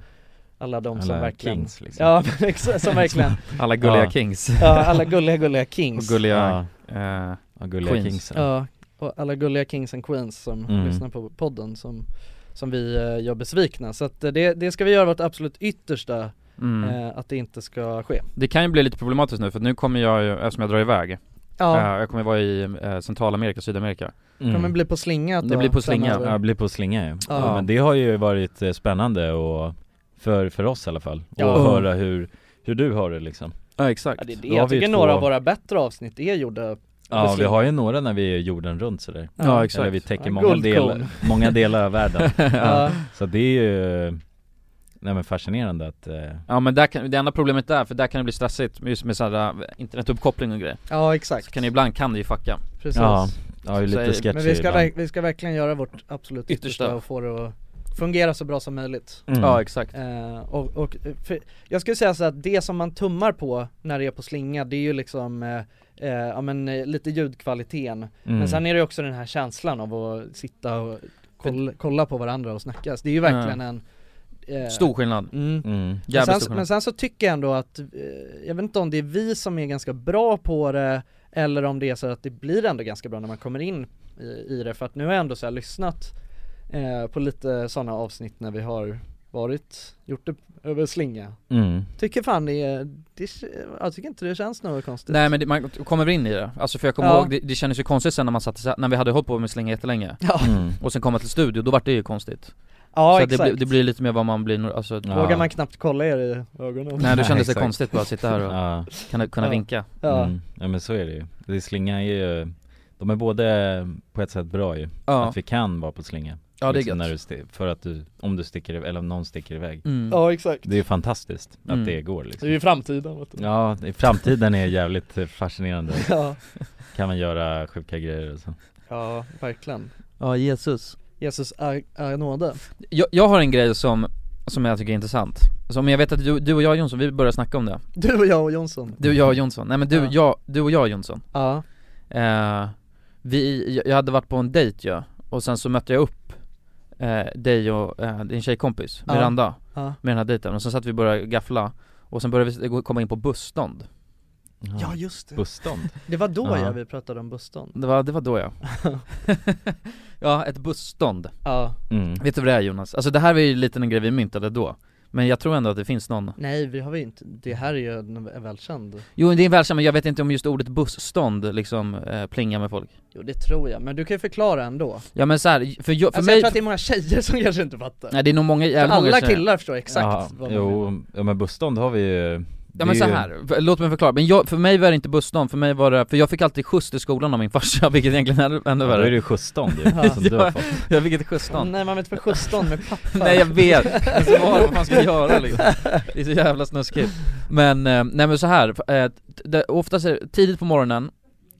S3: Alla de som
S5: Alla
S3: verkligen
S5: kings, liksom.
S3: Ja <laughs> men exakt, som
S5: <laughs>
S3: verkligen
S5: Alla gulliga
S3: ja.
S5: kings.
S3: Ja, alla gulliga gulliga kings
S5: Och gulliga, liksom. eh,
S15: Och gulliga
S5: queens.
S15: kingsen.
S3: Ja, och alla gulliga kings and queens som
S15: Mm.
S3: lyssnar på podden som, som vi eh, gör besvikna. Så att eh, det, det ska vi göra vårt absolut yttersta
S5: Mm.
S3: eh, att det inte ska ske.
S5: Det kan ju bli lite problematiskt nu för nu kommer jag ju, eftersom jag drar iväg
S3: Ja.
S5: eh, Jag kommer vara i eh, Centralamerika, Sydamerika
S3: Mm. Kommer bli på slinga
S5: Det blir på slinga,
S15: Ja, blir på slinga ju.
S3: Ja.
S15: Ja, Men det har ju varit eh, spännande och för, för oss i alla fall,
S3: Ja.
S15: och
S3: Mm.
S15: höra hur, hur du har det liksom
S5: Ja exakt
S3: Ja, det är det.
S15: Då har
S3: Jag
S15: vi
S3: tycker
S15: två-
S3: några av våra bättre avsnitt är gjorda på
S15: Ja vi
S3: slinga.
S15: har ju några när vi är jorden runt sådär
S3: Ja, exakt.
S15: Eller vi täcker
S3: Ja,
S15: många, del,
S3: guldkorn.
S15: många delar av
S3: <laughs>
S15: världen
S3: Ja.
S15: Så det är ju, nej men fascinerande att eh,
S5: Ja men där kan, det enda problemet där, för där kan det bli stressigt just med sådär eh, internetuppkoppling och grejer
S3: Ja exakt
S5: Så kan det ibland, kan det ju fucka
S3: Precis.
S15: Ja, ja det är
S5: Så
S15: lite
S5: säger-
S15: sketchy
S3: Men vi ska,
S15: ibland.
S3: verk- vi ska verkligen göra vårt absolut yttersta,
S5: Yttersta.
S3: och få det att fungera så bra som möjligt
S5: Mm. Ja, exakt.
S3: eh, och, och, eh, för Jag skulle säga så att det som man tummar på när det är på slinga det är ju liksom eh, eh, ja men eh, lite ljudkvaliteten
S5: Mm.
S3: Men sen är det ju också den här känslan av att sitta och koll, kolla på varandra och snackas Det är ju verkligen
S5: Ja.
S3: en eh,
S5: Stor skillnad
S3: Mm.
S15: Mm.
S3: Men
S5: Jävligt
S3: sen,
S5: stor skillnad
S3: men sen så tycker jag ändå att, eh, jag vet inte om det är vi som är ganska bra på det eller om det är så att det blir ändå ganska bra när man kommer in i, i det för att nu har jag ändå så här lyssnat eh, på lite sådana avsnitt när vi har varit, gjort det över slinga
S15: Mm.
S3: Tycker fan det, är- det jag tycker inte det känns något konstigt
S5: Nej men det, man kommer väl in i det, alltså för jag kommer
S3: Ja.
S5: ihåg, det, det kändes ju konstigt sen när man satte sig, när vi hade hållit på med slinga jättelänge
S3: <laughs> Ja. Mm.
S5: Och sen komma till studio, då vart det ju konstigt
S3: Ja,
S5: Så att det,
S3: exakt.
S5: blir- det blir lite mer vad man blir, alltså
S3: Vågar man knappt kolla er i ögonen?
S5: <laughs> Nej, då kändes det
S15: Exakt.
S5: konstigt bara att sitta här och kunna, kunna
S3: Ja.
S5: vinka
S3: <laughs> Ja.
S15: Mm. ja men så är det ju. Det är slinga är ju, de är både på ett sätt bra ju,
S5: Ja.
S15: att vi kan vara på slinga
S5: Ja, det är
S15: liksom
S5: gött.
S15: när du sti- För att du, om du sticker iväg, eller om någon sticker iväg
S5: Mm.
S3: Ja, exakt.
S15: Det är ju fantastiskt att
S3: Mm.
S15: det går liksom
S3: Det är ju framtiden vet du.
S5: Mm.
S15: Ja, i framtiden är jävligt eh, fascinerande
S3: Ja.
S15: Kan man göra sjuka grejer och så
S3: Ja, verkligen
S5: Ja, Jesus
S3: Jesus är, är nåde
S5: jag, jag har en grej som, som jag tycker är intressant Som jag vet att du, du och jag Jonsson, vi började snacka om det
S3: Du och jag och Jonsson
S5: Du, jag och Jonsson, nej men du,
S3: Ja.
S5: jag, du och jag Jonsson
S3: Ja
S5: eh, Vi, jag- jag hade varit på en dejt ja, och sen så mötte jag upp eh, dig och eh, din tjejkompis,
S3: Ja.
S5: Miranda,
S3: Ja.
S5: med den här dejten och sen satt vi och började gaffla och sen började vi gå- komma in på busstånd
S3: Ja just det Det var då ja vi pratade om busstånd
S5: Det var, det var då ja <laughs> Ja, ett busstånd
S3: Ja.
S15: Mm.
S5: Vet du vad det är Jonas? Alltså det här var ju lite en grej vi myntade då Men jag tror ändå att det finns någon
S3: Nej vi har ju inte, det här är ju en en välkänd
S5: Jo det är en välkänd, men jag vet inte om just ordet busstånd liksom eh, plingar med folk
S3: Jo det tror jag, men du kan ju förklara ändå
S5: Ja men såhär, för, jag, för
S3: alltså,
S5: mig
S3: jag tror att det är många tjejer som <laughs> kanske inte fattar
S5: Nej det är nog många, jävligt
S3: Alla
S5: många tjejer.
S3: killar förstår exakt vad man menar.
S15: Jo, ja men busstånd har vi ju det
S5: Ja men
S15: är
S5: så
S15: ju-
S5: här, v- låt mig förklara, men jag, för mig var det inte busstånd, för mig var det, för jag fick alltid skjuts till skolan av min farsa, <laughs> vilket egentligen är ännu
S15: Ja, då
S5: värre
S15: är det ju skjutsstånd
S5: <laughs>
S15: ju, som du har
S5: Jag-
S15: fått.
S5: Jag fick ett skjutsstånd
S3: Nej man vet inte skjutsstånd
S5: <laughs>
S3: med pappa
S5: Nej jag vet, <laughs> Men så var det vad man ska göra liksom. <laughs> Det är så jävla snuskigt Men, eh, nej men så här, eh, t- det, oftast är det tidigt på morgonen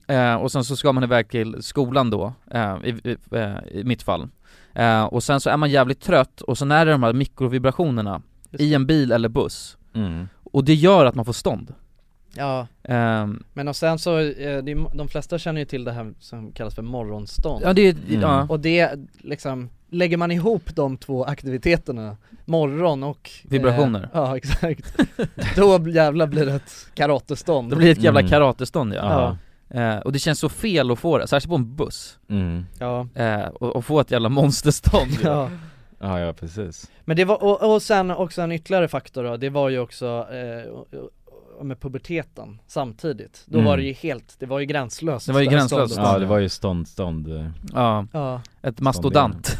S5: eh, och sen så ska man iväg till skolan då, eh, i, i, eh, i mitt fall eh, Och sen så är man jävligt trött och sen är det de här mikrovibrationerna i en bil eller buss
S15: Mm.
S5: Och det gör att man får stånd
S3: Ja,
S5: Ehm,
S3: men och sen så, eh, det är, de flesta känner ju till det här som kallas för morgonstånd
S5: Ja, det är- Mm. ja.
S3: Och det, liksom, lägger man ihop de två aktiviteterna, morgon och
S5: Vibrationer.
S3: Eh, ja exakt, <laughs> då jävlar blir det ett karatestånd
S5: Det blir ett jävla
S3: Mm.
S5: karatestånd ja,
S3: Ja.
S5: Eh, Och det känns så fel att få det, särskilt på en buss
S15: Mm.
S3: Ja.
S5: eh, och, och få ett jävla <laughs> monsterstånd ju.
S3: Ja.
S15: Ja ja precis
S3: Men det var, och, och sen också en ytterligare faktor då, det var ju också eh, med puberteten samtidigt. Då var det ju helt, det var ju gränslöst.
S5: Mm. Det var ju
S3: här
S5: gränslöst.
S3: ståndet.
S5: Ja.
S15: Ja det var ju stånd, stånd eh,
S5: Ja,
S3: Ja.
S5: ett mastodant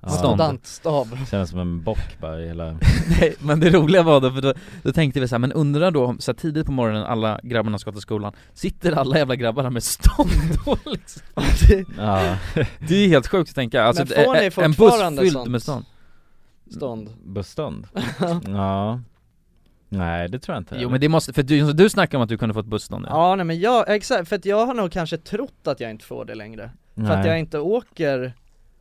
S3: Mastodantstav.
S5: <laughs>
S15: Känns som en bock bara i hela
S5: Nej men det roliga var då, för då, då tänkte vi så här, men undrar då, om- så här, tidigt på morgonen alla grabbarna ska till skolan, sitter alla jävla grabbarna med stånd då liksom?
S15: Ja.
S5: Det är helt sjukt att tänka, alltså,
S3: Men får
S5: eh,
S3: ni
S5: en buss
S3: fortfarande
S5: fylld
S3: sånt?
S5: med stånd
S3: Stånd.
S15: busstånd Ja Nej det tror jag inte
S5: Jo men det måste, för du, du snackade om att du kunde få ett busstånd ja.
S3: Ja nej men jag, exakt, för att jag har nog kanske trott att jag inte får det längre För att
S5: Nej.
S3: jag inte åker,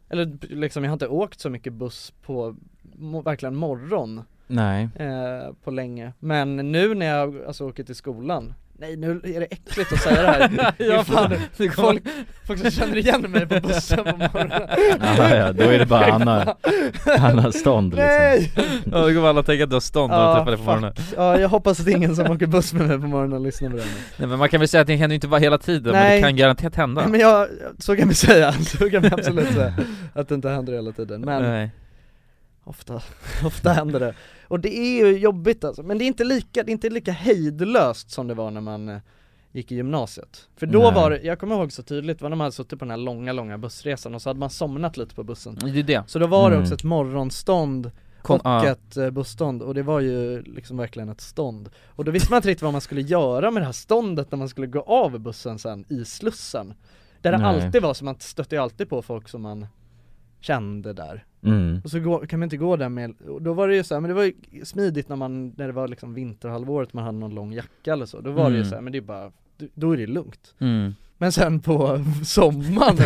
S3: eller liksom jag har inte åkt så mycket buss på mo- verkligen morgon
S15: Nej
S3: eh, på länge Men nu när jag alltså åker till skolan Nej nu är det äckligt att säga det här Det är
S5: Ja,
S3: fan,
S5: det kommer-
S3: folk, folk som känner igen mig på bussen på morgonen
S15: Jaha, ja, då är det bara Anna, Anna stånd liksom
S3: <laughs> Nej!
S5: ja då kommer alla tänka att du har stånd när de träffar dig på
S3: fuck.
S5: morgonen
S3: ja jag hoppas att ingen som åker buss med mig på morgonen lyssnar på det här nu.
S5: Nej men man kan väl säga att det händer ju inte bara hela tiden, men
S3: Nej.
S5: det kan garanterat hända
S3: Men jag, så kan vi säga, så kan vi absolut säga att det inte händer hela tiden men
S5: Nej.
S3: Ofta, <laughs> ofta händer det. Och det är ju jobbigt alltså, men det är inte lika, det är inte lika hejdlöst som det var när man eh, gick i gymnasiet. För då
S5: Nej.
S3: var det, jag kommer ihåg så tydligt, det var när man hade suttit på den här långa, långa bussresan och så hade man somnat lite på bussen.
S5: Det är det.
S3: Så då var det
S5: Mm. ah.
S3: också ett morgonstånd
S5: Kon-
S3: och
S5: ja.
S3: ett eh, busstånd och det var ju liksom verkligen ett stånd. Och då visste man inte riktigt vad man skulle göra med det här ståndet när man skulle gå av bussen sen i Slussen. Där det
S15: Nej.
S3: alltid var, så man stötte ju alltid på folk som man kände där.
S15: Mm.
S3: Och så gå, kan man inte gå där med, och då var det ju så här, men det var ju smidigt när man, när det var liksom vinterhalvåret, man hade någon lång jacka eller så, då var det ju
S5: Mm.
S3: så här, men det är bara, då är det lugnt.
S5: Mm.
S3: Men sen på <laughs>
S5: <laughs>
S3: sommaren,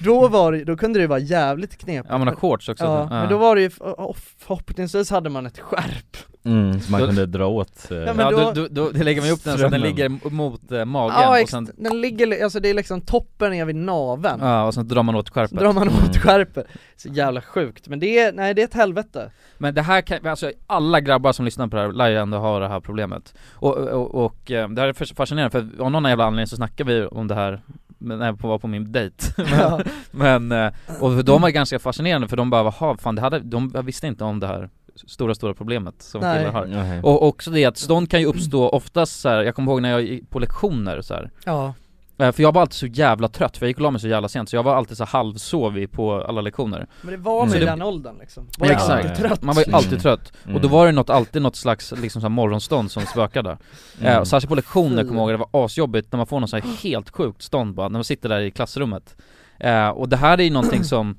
S3: då var det, då kunde det ju vara jävligt knepigt.
S5: Ja man har shorts också
S3: Ja, men då var det ju, oh, förhoppningsvis hade man ett skärp.
S15: Mm, så man
S5: Då-
S15: kunde dra åt eh,
S3: Ja, men
S5: Ja,
S3: då-
S5: då, då, då, det lägger man upp den så att den
S15: Strömmen.
S5: ligger m- mot eh, magen
S3: Ja,
S5: och
S3: ex-
S5: sen,
S3: den ligger, li- alltså det är liksom toppen ner vid naveln.
S5: ja, och sen drar man åt
S3: Så
S5: skärpet
S3: drar man åt skärpet. Så jävla sjukt, men det är, nej det är ett helvete.
S5: Men det här kan, alltså alla grabbar som lyssnar på det här lär ju ändå ha det här problemet Och, och, och eh, det här är fas- fascinerande för av någon jävla anledning så snackar vi om det här men- när jag var på min dejt <laughs>
S3: Ja.
S5: Men, eh, och de var ganska fascinerande för de bara vaha, fan det hade, de visste inte om det här stora stora problemet som
S3: Nej.
S5: killar har
S15: Nej.
S5: Och också det att stånd kan ju uppstå oftast så här, jag kommer ihåg när jag gick på lektioner så här.
S3: Ja.
S5: Eh, För jag var alltid så jävla trött, för jag gick och la mig så jävla sent så jag var alltid så halvsovig på alla lektioner
S3: Men det var man
S5: Mm. Så
S3: i
S5: det-
S3: den åldern liksom. Var
S5: Ja,
S3: alltid
S5: exakt.
S3: trött.
S5: Man var ju alltid trött, och då
S15: Mm.
S5: var det något, alltid något slags liksom så här morgonstånd som spökade
S15: Mm.
S5: eh, och Särskilt på lektioner
S3: Fy.
S5: kommer jag ihåg, det var asjobbigt när man får något så
S3: Mm.
S5: här helt sjukt stånd bara, när man sitter där i klassrummet eh, Och det här är ju någonting som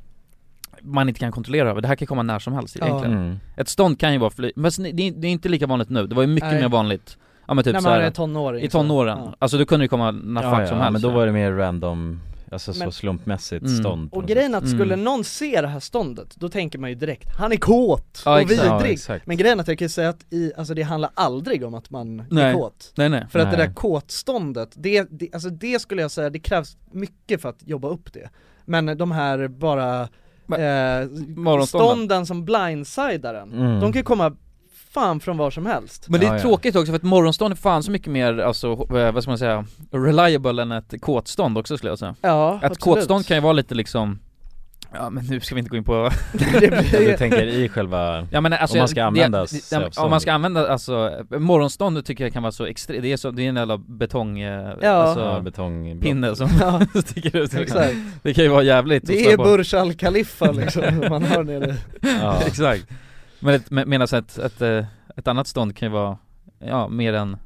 S5: man inte kan kontrollera över, det här kan komma när som helst
S3: Ja.
S5: egentligen
S15: Mm.
S5: Ett stånd kan ju vara fly- men det är det är inte lika vanligt nu, det var ju mycket
S3: Nej.
S5: mer vanligt Ja men typ
S3: när
S5: så
S3: man
S5: här,
S3: är tonåring.
S5: i tonåren,
S3: så, ja.
S5: alltså då kunde det komma när
S15: Ja,
S5: fuck
S15: ja,
S5: som helst
S15: men då var det mer random, alltså så
S3: Men-
S15: slumpmässigt
S5: Mm.
S15: stånd på
S3: Och
S15: något
S3: grejen är att skulle
S5: Mm.
S3: någon se det här ståndet, då tänker man ju direkt, han är kåt
S5: Ja,
S3: och
S5: exakt.
S15: sätt.
S3: vidrig
S15: exakt
S3: Men grejen är att jag kan ju säga att i, alltså det handlar aldrig om att man är
S5: Nej.
S3: kåt
S5: Nej nej,
S3: För att det
S15: Nej.
S3: där kåtståndet, det, det, alltså det skulle jag säga, det krävs mycket för att jobba upp det Men de här bara eh,
S5: morgonstånden.
S3: stånden som blindsidar en,
S15: Mm.
S3: de kan ju komma fan från var som helst
S5: Men det är
S15: Ja, ja.
S5: tråkigt också för att morgonstånd är fan så mycket mer, alltså, eh, vad ska man säga, reliable än ett kåtstånd också skulle jag säga
S3: Ja,
S5: Ett kåtstånd
S3: <laughs>
S5: kan ju vara lite liksom Ja men nu ska vi inte gå in på,
S3: ju... det blir,
S15: Du tänker i själva,
S5: ja men alltså
S15: Om man ska använda
S5: det,
S15: sig
S5: det,
S15: av
S5: ja, Om
S15: stånd.
S5: man ska använda, alltså, morgonstånd tycker jag kan vara så extremt, det är så, det är en jävla betong, eh,
S3: Ja.
S15: ja,
S5: alltså,
S15: betong
S5: pinne som
S3: ja,
S5: <laughs> sticker ut
S3: exakt.
S5: <laughs> Det kan ju vara jävligt att
S3: Det
S5: slå
S3: är
S5: på.
S3: Burj Al Khalifa
S5: <laughs>
S3: liksom, man har nere
S15: ja.
S5: Exakt Men ett, med, medan ett, ett, eh, ett annat stånd kan ju vara, ja mer än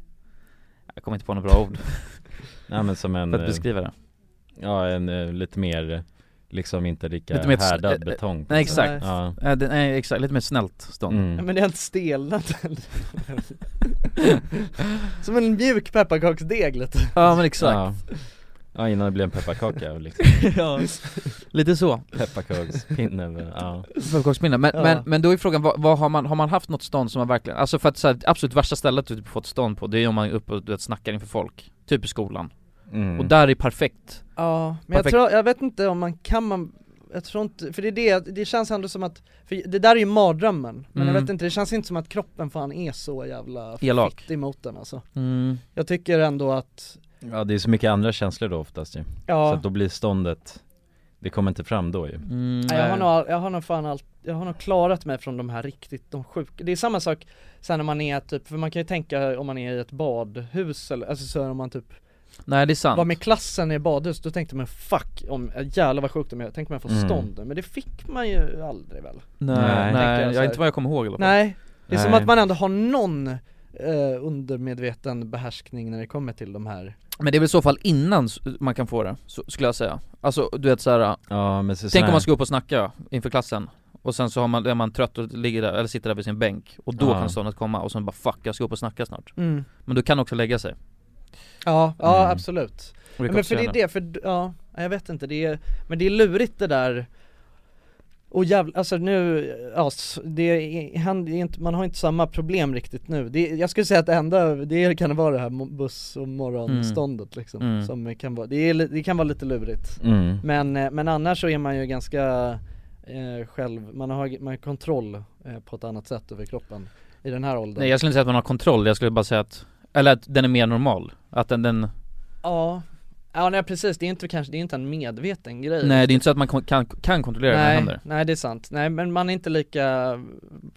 S5: Jag kommer inte på några bra ord
S15: ja, men som en,
S5: för att
S15: eh,
S5: beskriva det
S15: ja en eh, lite mer, liksom inte lika
S5: Lite mer ett- eh,
S15: härdad
S5: eh,
S15: betong liksom.
S5: Nej exakt,
S15: Ja,
S5: Eh, det- nej exakt, lite mer snällt stånd
S15: mm.
S3: Men det är helt stelnat Som en mjuk pepparkaksdeg lite
S5: Ja men exakt
S3: <laughs>
S15: ja. ja, innan det blir en pepparkaka liksom
S5: ja. Lite så
S15: Pepparkakspinne eller, ja
S5: Pepparkaksminne, men,
S3: Ja.
S5: men, men då är frågan, vad, vad har, man, har man haft något stånd som man verkligen, alltså för att så här, det absolut värsta stället du typ fått stånd på, det är ju om man är uppe och du vet, snackar inför folk Typ i skolan,
S15: mm.
S5: och där är perfekt
S3: Ja, men jag,
S5: Perfekt.
S3: tror, jag vet inte om man kan man jag tror inte, för det är det, det känns ändå som att, för det där är ju mardrömmen, men jag
S5: Mm.
S3: vet inte, det känns inte som att kroppen fan är så jävla
S5: Elak.
S3: fitt emot den alltså
S5: mm.
S3: Jag tycker ändå att,
S15: Ja det är så mycket andra känslor då oftast ju, så
S3: ja,
S15: att då blir ståndet Det kommer inte fram då ju
S3: mm, Nej, jag, har nog, all- jag har nog fan allt, jag har nog klarat mig från de här riktigt, de sjuka, det är samma sak sen när man är typ, för man kan ju tänka om man är i ett badhus eller, alltså så här, om man typ
S5: Nej det är sant
S3: var med klassen i badhus, då tänkte man fuck, om, jävlar vad sjukt om jag, tänk om jag får
S5: Mm.
S3: stånd men det fick man ju aldrig väl
S5: Nej,
S3: Tänker
S5: nej,
S3: så här.
S5: jag har inte vad jag kommer ihåg i alla fall.
S3: Nej, det är som
S5: Nej.
S3: att man ändå har någon eh, undermedveten behärskning när det kommer till de här
S5: Men det är väl i så fall innan s- man kan få det, så, skulle jag säga Alltså du vet såhär,
S15: ja, men så,
S5: tänk
S15: här-
S5: om man ska upp och snacka inför klassen och sen så har man, är man trött och ligger där, eller sitter där vid sin bänk och då
S15: Ja.
S5: kan ståndet komma och sen bara 'fuck, jag ska upp och snacka snart'
S3: Mm.
S5: Men du kan också lägga sig
S3: Ja, ja
S5: Mm.
S3: absolut.
S5: Och det
S3: men för det är
S5: komplicerar
S3: det, för d- ja, jag vet inte, det är, men det är lurigt det där och jävla, alltså nu, ja, s- det är, han, det är inte, man har inte samma problem riktigt nu. Det, är- jag skulle säga att det enda, det kan vara det här mo- buss och morgonståndet liksom,
S15: Mm.
S3: som kan vara, det, är, li- det kan vara lite lurigt.
S15: Mm.
S3: Men, eh, men annars så är man ju ganska eh, själv, man har, man har kontroll eh, på ett annat sätt över kroppen i den här åldern.
S5: Nej jag skulle inte säga att man har kontroll, jag skulle bara säga att, eller att den är mer normal, att den, den
S3: Ja, ja nej precis, det är inte kanske, det är inte en medveten grej
S5: Nej det är inte så att man kon- kan, kan kontrollera när det
S3: nej,
S5: händer
S3: nej det är sant, nej men man är inte lika,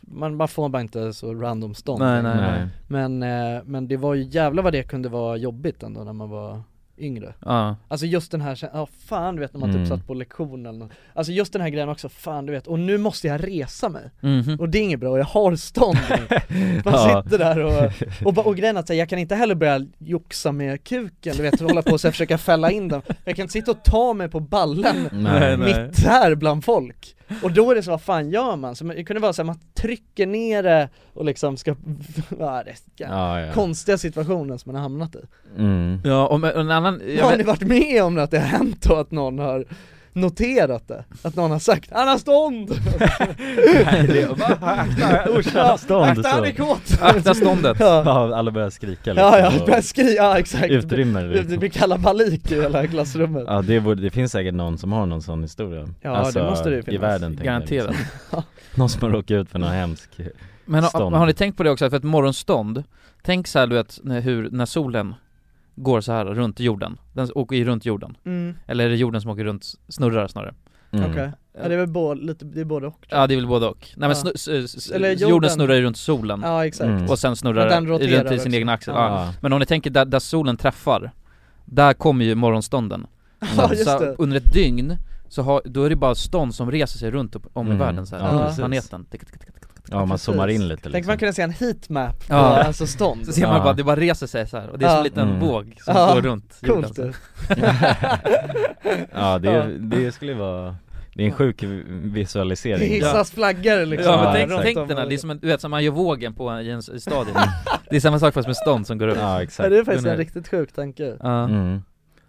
S3: man, man får bara inte så random stånd
S5: Nej, nej,
S15: Nej.
S3: Men, eh, men det var ju jävla vad det kunde vara jobbigt ändå när man var yngre
S5: Ja.
S3: Alltså just den här, kä- ja fan du vet när man
S5: Mm.
S3: typ satt på lektionen eller nåt. Alltså just den här grejen också, fan du vet, och nu måste jag resa mig
S5: Mhm.
S3: Och det är inget bra, och jag har
S5: <laughs>
S3: stånd nu. Man
S5: Ja.
S3: sitter där och, och, ba- och grejen är att så här, jag kan inte heller börja joxa med kuken, du vet hålla på och så här, försöka fälla in den Jag kan inte sitta och ta mig på ballen
S15: <laughs> Nej, nej.
S3: mitt här bland folk Och då är det så, vad fan gör man? Så man- det kunde vara så här, man trycker ner det och liksom ska, <laughs> ja, det är
S15: Ja, ja.
S3: konstiga situationen som man har hamnat i
S5: <laughs>
S15: Mm.
S5: Ja, och med- och en annan, jag
S3: har
S5: vet-
S3: ni varit med om att det har hänt och att någon har noterat det? Att någon har sagt 'Han
S15: <laughs>
S3: har stånd!'
S15: Nej, det- <laughs> Va? Akta, usch, han har stånd,
S3: Akta, han
S15: så.
S3: är kåt!
S15: Akta ståndet.
S3: Ja,
S15: Ja, alla börjar skrika liksom,
S3: Ja, ja,
S15: och-
S3: börjar skri- ja <laughs> exakt
S15: Utrymme,
S3: Det,
S15: liksom.
S3: det blir kalabalik i hela klassrummet
S15: Ja det, borde, det finns säkert någon som har någon sån historia Alltså,
S3: Ja, det måste det ju
S15: i
S3: finnas.
S15: världen tänker jag,
S5: Garanterat.
S15: liksom. <laughs> Någon som har råkat ut för någon hemsk
S5: Men har,
S15: stånd
S5: har ni tänkt på det också, för ett morgonstånd, tänk så här, du vet, när, hur, när solen går så här runt jorden, den åker ju runt jorden.
S3: Mm.
S5: Eller är det jorden som åker runt, snurrar snarare?
S15: Mm.
S3: Okej, ja, det är väl både, lite, det är både och
S5: Ja det är väl både och. Nej men
S3: Ja.
S5: snu, s, s,
S3: Eller
S5: jorden.
S3: jorden.
S5: snurrar ju runt solen.
S3: Ja, exakt. Mm.
S5: Och sen snurrar
S3: Men den
S5: den
S3: roterar
S5: runt i sin
S3: också.
S5: egen axel.
S3: Ja.
S5: Ja. Men om ni tänker där, där solen träffar, där kommer ju morgonstånden.
S3: Ja, just
S5: så
S3: det.
S5: under ett dygn, så har, då är det bara stånd som reser sig runt upp, om
S15: Mm.
S5: i världen så här,
S15: Ja,
S5: runt
S15: precis.
S5: planeten. Tick, tick, tick, tick, tick, tick.
S15: Ja man zoomar in lite
S3: Tänk
S15: liksom.
S3: man kunna se en heatmap på
S5: Ja.
S3: alltså stånd
S5: Så ser man bara, det bara reser sig så här och det är som en liten
S15: Mm.
S5: våg som
S3: Ja,
S5: går runt jorden
S3: Coolt
S5: så här.
S3: du
S15: <laughs> Ja det, det skulle vara, det är en sjuk visualisering
S3: <laughs> Det hissas flaggor liksom.
S5: liksom. Ja men tänk,
S3: exakt.
S5: tänk den här, det är som en, du vet som man gör vågen på en, i en i stadion
S15: Mm.
S5: Det är samma sak fast med stånd som går upp
S15: Ja
S3: <laughs> Ja,
S15: exakt
S3: det är faktiskt
S5: Gunnar.
S3: en riktigt sjuk tanke
S5: Ja.
S15: mm.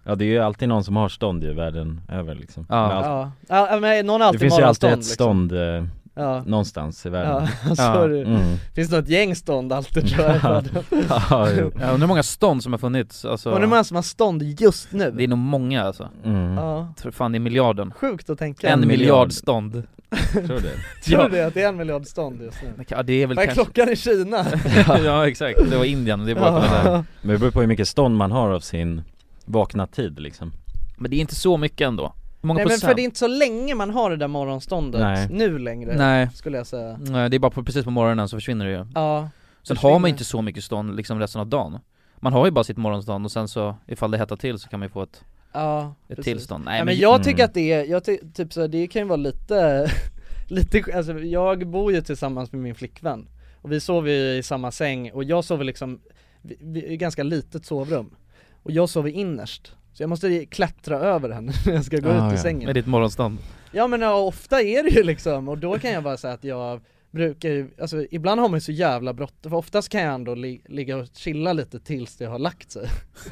S15: Ja det är ju alltid någon som har stånd ju världen över liksom
S5: Ja.
S15: Med allt-
S3: Ja, ja men någon har
S15: Det
S3: alltid
S15: finns ju alltid
S3: morgonstånd,
S15: ett stånd eh,
S3: Ja.
S15: någonstans i världen
S3: Ja, <laughs> så är det
S15: Mm.
S3: Finns det något gäng stånd alltid tror jag i världen?
S15: <laughs> Ja, jo.
S5: Ja, undrar hur många stånd som har funnits
S3: <laughs>
S5: alltså,
S3: Undrar hur många som har stånd just nu?
S5: Det är nog många alltså
S15: mm.
S3: Ja.
S5: Tror fan det är miljarden
S3: Sjukt att tänka
S5: En miljard stånd
S15: Tror du det?
S3: <laughs> Tror
S5: Ja.
S3: du att det är en miljard stånd just nu?
S5: Ja det är väl
S3: Vad är
S5: kanske
S3: klockan i Kina?
S5: <laughs> Ja exakt, det var Indien, det är
S3: <laughs>
S5: bara
S3: Ja.
S5: att kolla där.
S15: Men det beror på hur mycket stånd man har av sin vakna tid liksom
S5: Men det är inte så mycket ändå Hur många
S3: Nej men
S5: procent?
S3: för det är inte så länge man har det där morgonståndet
S5: Nej.
S3: nu längre,
S5: Nej.
S3: skulle jag säga
S5: Nej det är bara på, precis på morgonen så försvinner det ju
S3: Ja,
S5: Sen
S3: försvinner.
S5: har man ju inte så mycket stånd liksom resten av dagen Man har ju bara sitt morgonstånd och sen så ifall det hettar till så kan man ju få ett,
S3: Ja,
S5: ett
S3: precis.
S5: tillstånd
S3: Nej, men jag tycker att det Mm. är, jag ty- typ så här, det kan ju vara lite, <laughs> lite, alltså jag bor ju tillsammans med min flickvän och vi sover ju i samma säng och jag sover liksom, vi, vi, i ganska litet sovrum och jag sover innerst så jag måste klättra över henne <laughs> när jag ska gå ut ur sängen
S5: Med ditt morgonstånd
S3: Ja men ja, ofta är det ju liksom, och då kan jag bara säga att jag brukar ju, alltså ibland har man ju så jävla bråttom, för oftast kan jag ändå li- ligga och chilla lite tills det har lagt sig <laughs>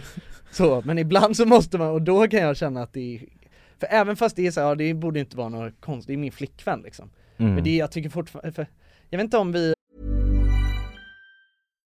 S3: Så, men ibland så måste man, och då kan jag känna att det är för även fast det är så här, ja, det borde inte vara något konstigt, det är min flickvän liksom
S15: Mm.
S3: Men det, jag tycker fortfarande, för, jag vet inte om vi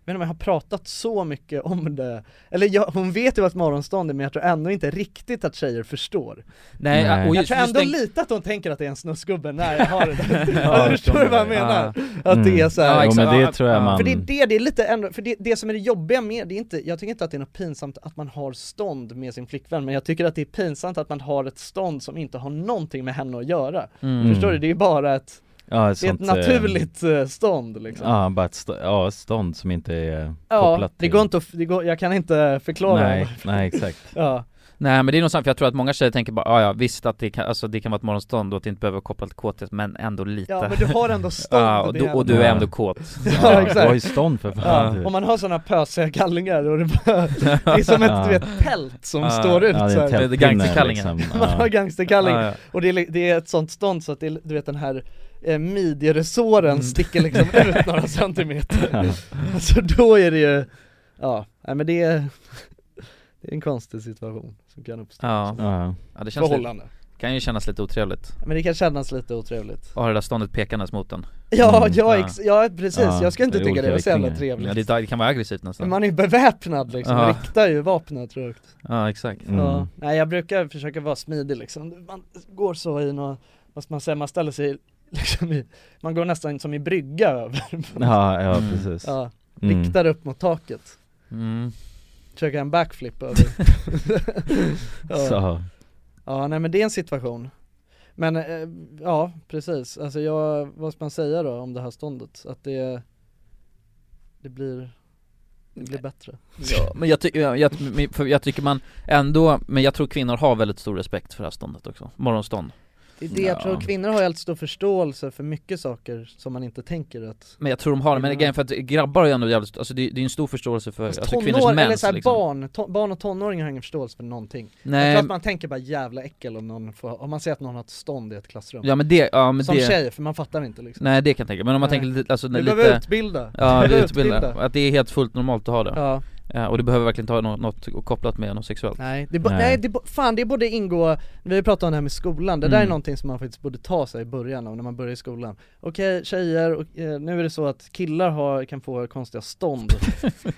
S3: Jag vet inte om jag har pratat så mycket om det, eller jag, hon vet ju vad ett morgonstånd är men jag tror ändå inte riktigt att tjejer förstår
S5: Nej, och
S3: Jag
S5: just-
S3: tror
S5: just
S3: ändå
S5: tänk-
S3: lite att hon tänker att det är en snusgubbe när jag har det
S5: <laughs>
S3: där,
S5: Ja,
S3: ja,
S5: jag
S3: du
S5: förstår
S3: förstår vad jag
S5: det.
S3: menar?
S5: Ja.
S3: Att det är
S5: Mm.
S3: så här, liksom.
S5: Ja, Jo, exakt. men det tror jag man-
S3: För det är det, det är lite ändå, för det, det som är det jobbiga med det är inte, jag tycker inte att det är något pinsamt att man har stånd med sin flickvän men jag tycker att det är pinsamt att man har ett stånd som inte har någonting med henne att göra
S15: Mm.
S3: Förstår du? Det är ju bara ett,
S15: Ja,
S3: det är ett
S15: sånt, eh,
S3: naturligt eh, stånd liksom
S15: Ja, bara ett stå- ja, stånd som inte är
S3: Ja,
S15: kopplat
S3: det går inte att, det går, jag kan inte förklara
S5: Nej,
S3: varför.
S15: nej, exakt.
S3: Ja,
S5: Nej men det är något sånt, för jag tror att många tjejer tänker bara "Ah, ja visst att det kan, alltså, det kan vara ett morgonstånd och att det inte behöver vara kopplat till kåthet men ändå lite
S3: Ja, men du har ändå stånd,
S5: Ja, och,
S3: det
S5: du,
S3: är
S5: och du är
S3: ändå-
S5: ändå kåt
S3: <laughs> <laughs> Ja, exakt.
S15: fan.
S3: Ja, om man har sådana pösiga kallingar och det bara,
S5: <laughs>
S3: det är som ett
S5: Ja.
S3: du vet, tält som
S5: Ja,
S3: står
S5: ja,
S3: ut
S5: det är en
S3: så här.
S5: tältpinne, Det är
S3: <laughs>
S5: gangsterkallingen. liksom.
S3: Man
S5: Ja.
S3: har gangsterkalling
S5: Ja, ja.
S3: och det är, li- det är ett sånt stånd så att det är, du vet den här eh, midjeresåren sticker liksom <laughs> ut några centimeter Alltså då är det ju, ja, nej men det är, <laughs> det är en konstig situation som kan uppstå
S5: Ja,
S15: ja.
S5: det känns
S3: Förhållande.
S5: lite, kan ju kännas lite otrevligt
S3: Men det kan kännas lite otrevligt
S5: att ha det där ståndet pekandes mot en
S3: Ja, ja, ex- ja, precis. Jag ska inte
S5: Mm, det är
S3: tycka det var
S5: olika
S3: så jävla
S5: riktningar.
S3: trevligt.
S5: ja, det, det kan vara aggressivt nästan
S3: Men man är ju beväpnad liksom,
S5: Ja. Mm.
S3: riktar ju vapnet rökt
S5: Ja exakt
S15: Mm.
S3: Ja, nej jag brukar försöka vara smidig liksom, man går så i något, vad ska man säga, man ställer sig <laughs> liksom i, man går nästan som i brygga över
S15: Ja, ja, Mm. precis.
S3: Ja,
S15: Mm.
S3: riktar upp mot taket
S5: Mm.
S3: Försöker en backflip
S5: <laughs>
S3: över
S15: Så.
S3: Ja nej men det är en situation Men eh, ja precis, alltså jag, vad ska man säga då om det här ståndet? Att det, det blir, det blir bättre
S5: Ja, men jag, ty- jag, jag, men- för jag tycker man ändå, men jag tror kvinnor har väldigt stor respekt för det här ståndet också, morgonstånd
S3: Det är det jag tror, kvinnor har helt stor förståelse för mycket saker som man inte tänker att
S5: Men jag tror de har det, men
S3: Mm.
S5: grejen för att grabbar är ju ändå jävligt, alltså det, det är en stor förståelse för alltså, kvinnors
S3: Tonår,
S5: mens
S3: eller såhär
S5: liksom.
S3: barn, to, barn och tonåringar har ingen förståelse för någonting Jag
S5: Nej.
S3: tror att man tänker bara jävla äckel om någon får, om man ser att någon har ett stånd i ett klassrum
S5: Ja men det, ja men
S3: Som
S5: det
S3: tjej, för man fattar inte liksom
S5: Nej det kan jag tänka men om man
S3: Nej.
S5: tänker lite, alltså
S3: Du
S5: när lite
S3: behöver utbilda. Du
S5: Ja,
S3: behöver
S5: du utbilda.
S3: utbilda.
S5: att det är helt fullt normalt att ha det
S3: Ja.
S5: Eh, Och det behöver verkligen inte ha nå- något kopplat med något sexuellt
S3: Nej, det, bo- nej det, bo- fan det borde ingå, vi har ju pratat om det här med skolan, det där är
S5: Mm.
S3: någonting som man faktiskt borde ta sig i början av när man börjar i skolan Okej tjejer, och, eh, nu är det så att killar har, kan få konstiga stånd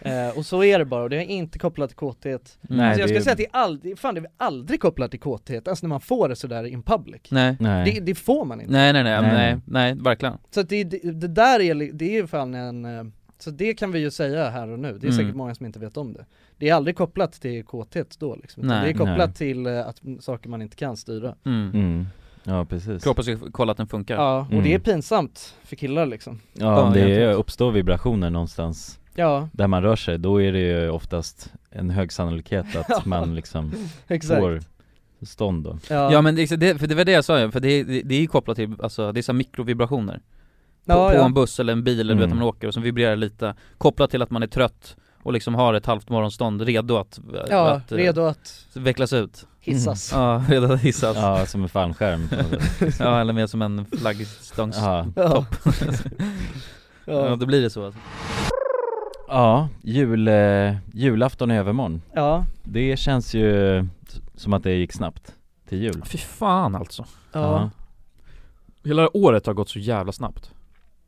S3: eh, Och så är det bara, och det är inte kopplat till kåthet
S15: Nej,
S3: alltså, Jag
S15: det
S3: skulle
S15: är-
S3: säga att det är aldrig, fan det är aldrig kopplat till kåthet, alltså när man får det sådär in public
S5: Nej. Nej.
S3: Det, det får man inte
S5: Nej nej nej, nej, nej, verkligen
S3: Så att det, det, det där är, li- det är ju fan en, eh, så det kan vi ju säga här och nu, det är
S5: Mm.
S3: säkert många som inte vet om det Det är aldrig kopplat till kåthet då liksom, utan
S5: Nej.
S3: det är kopplat
S5: Nej.
S3: till eh, att, m, saker man inte kan styra
S5: Mm.
S15: Mm. Ja, precis.
S5: Kroppen ska kolla att den funkar
S3: Ja, och
S5: Mm.
S3: det är pinsamt för killar liksom
S15: Ja, det
S5: egentligen.
S15: är, uppstår vibrationer någonstans
S3: Ja. <laughs>
S15: Där man rör sig, då är det ju oftast en hög sannolikhet att man liksom
S3: Exakt.
S15: får stånd då
S5: Ja, men det, det, för det var det jag sa ju, för det, det, det är ju kopplat till, alltså det är så här mikrovibrationer På,
S3: Ja,
S5: på
S3: ja.
S5: en buss eller en bil eller du vet
S15: Mm.
S5: när man åker och som vibrerar lite Kopplat till att man är trött och liksom har ett halvt morgonstånd redo att,
S3: Ja, redo
S5: eh,
S3: att
S5: vecklas ut
S3: hissas.
S5: mm. Ja, <laughs> redo att hissas
S4: Ja, som en fallskärm på något sätt.
S5: Ja, eller mer som en flaggstångstopp
S3: <laughs> Ja.
S5: ja.
S3: Ja.
S5: <laughs> ja, då blir det så alltså.
S4: Ja, jul, eh, julafton i övermorgon
S3: Ja.
S4: Det känns ju som att det gick snabbt till jul
S5: Fy fan alltså
S3: Ja.
S5: Hela året har gått så jävla snabbt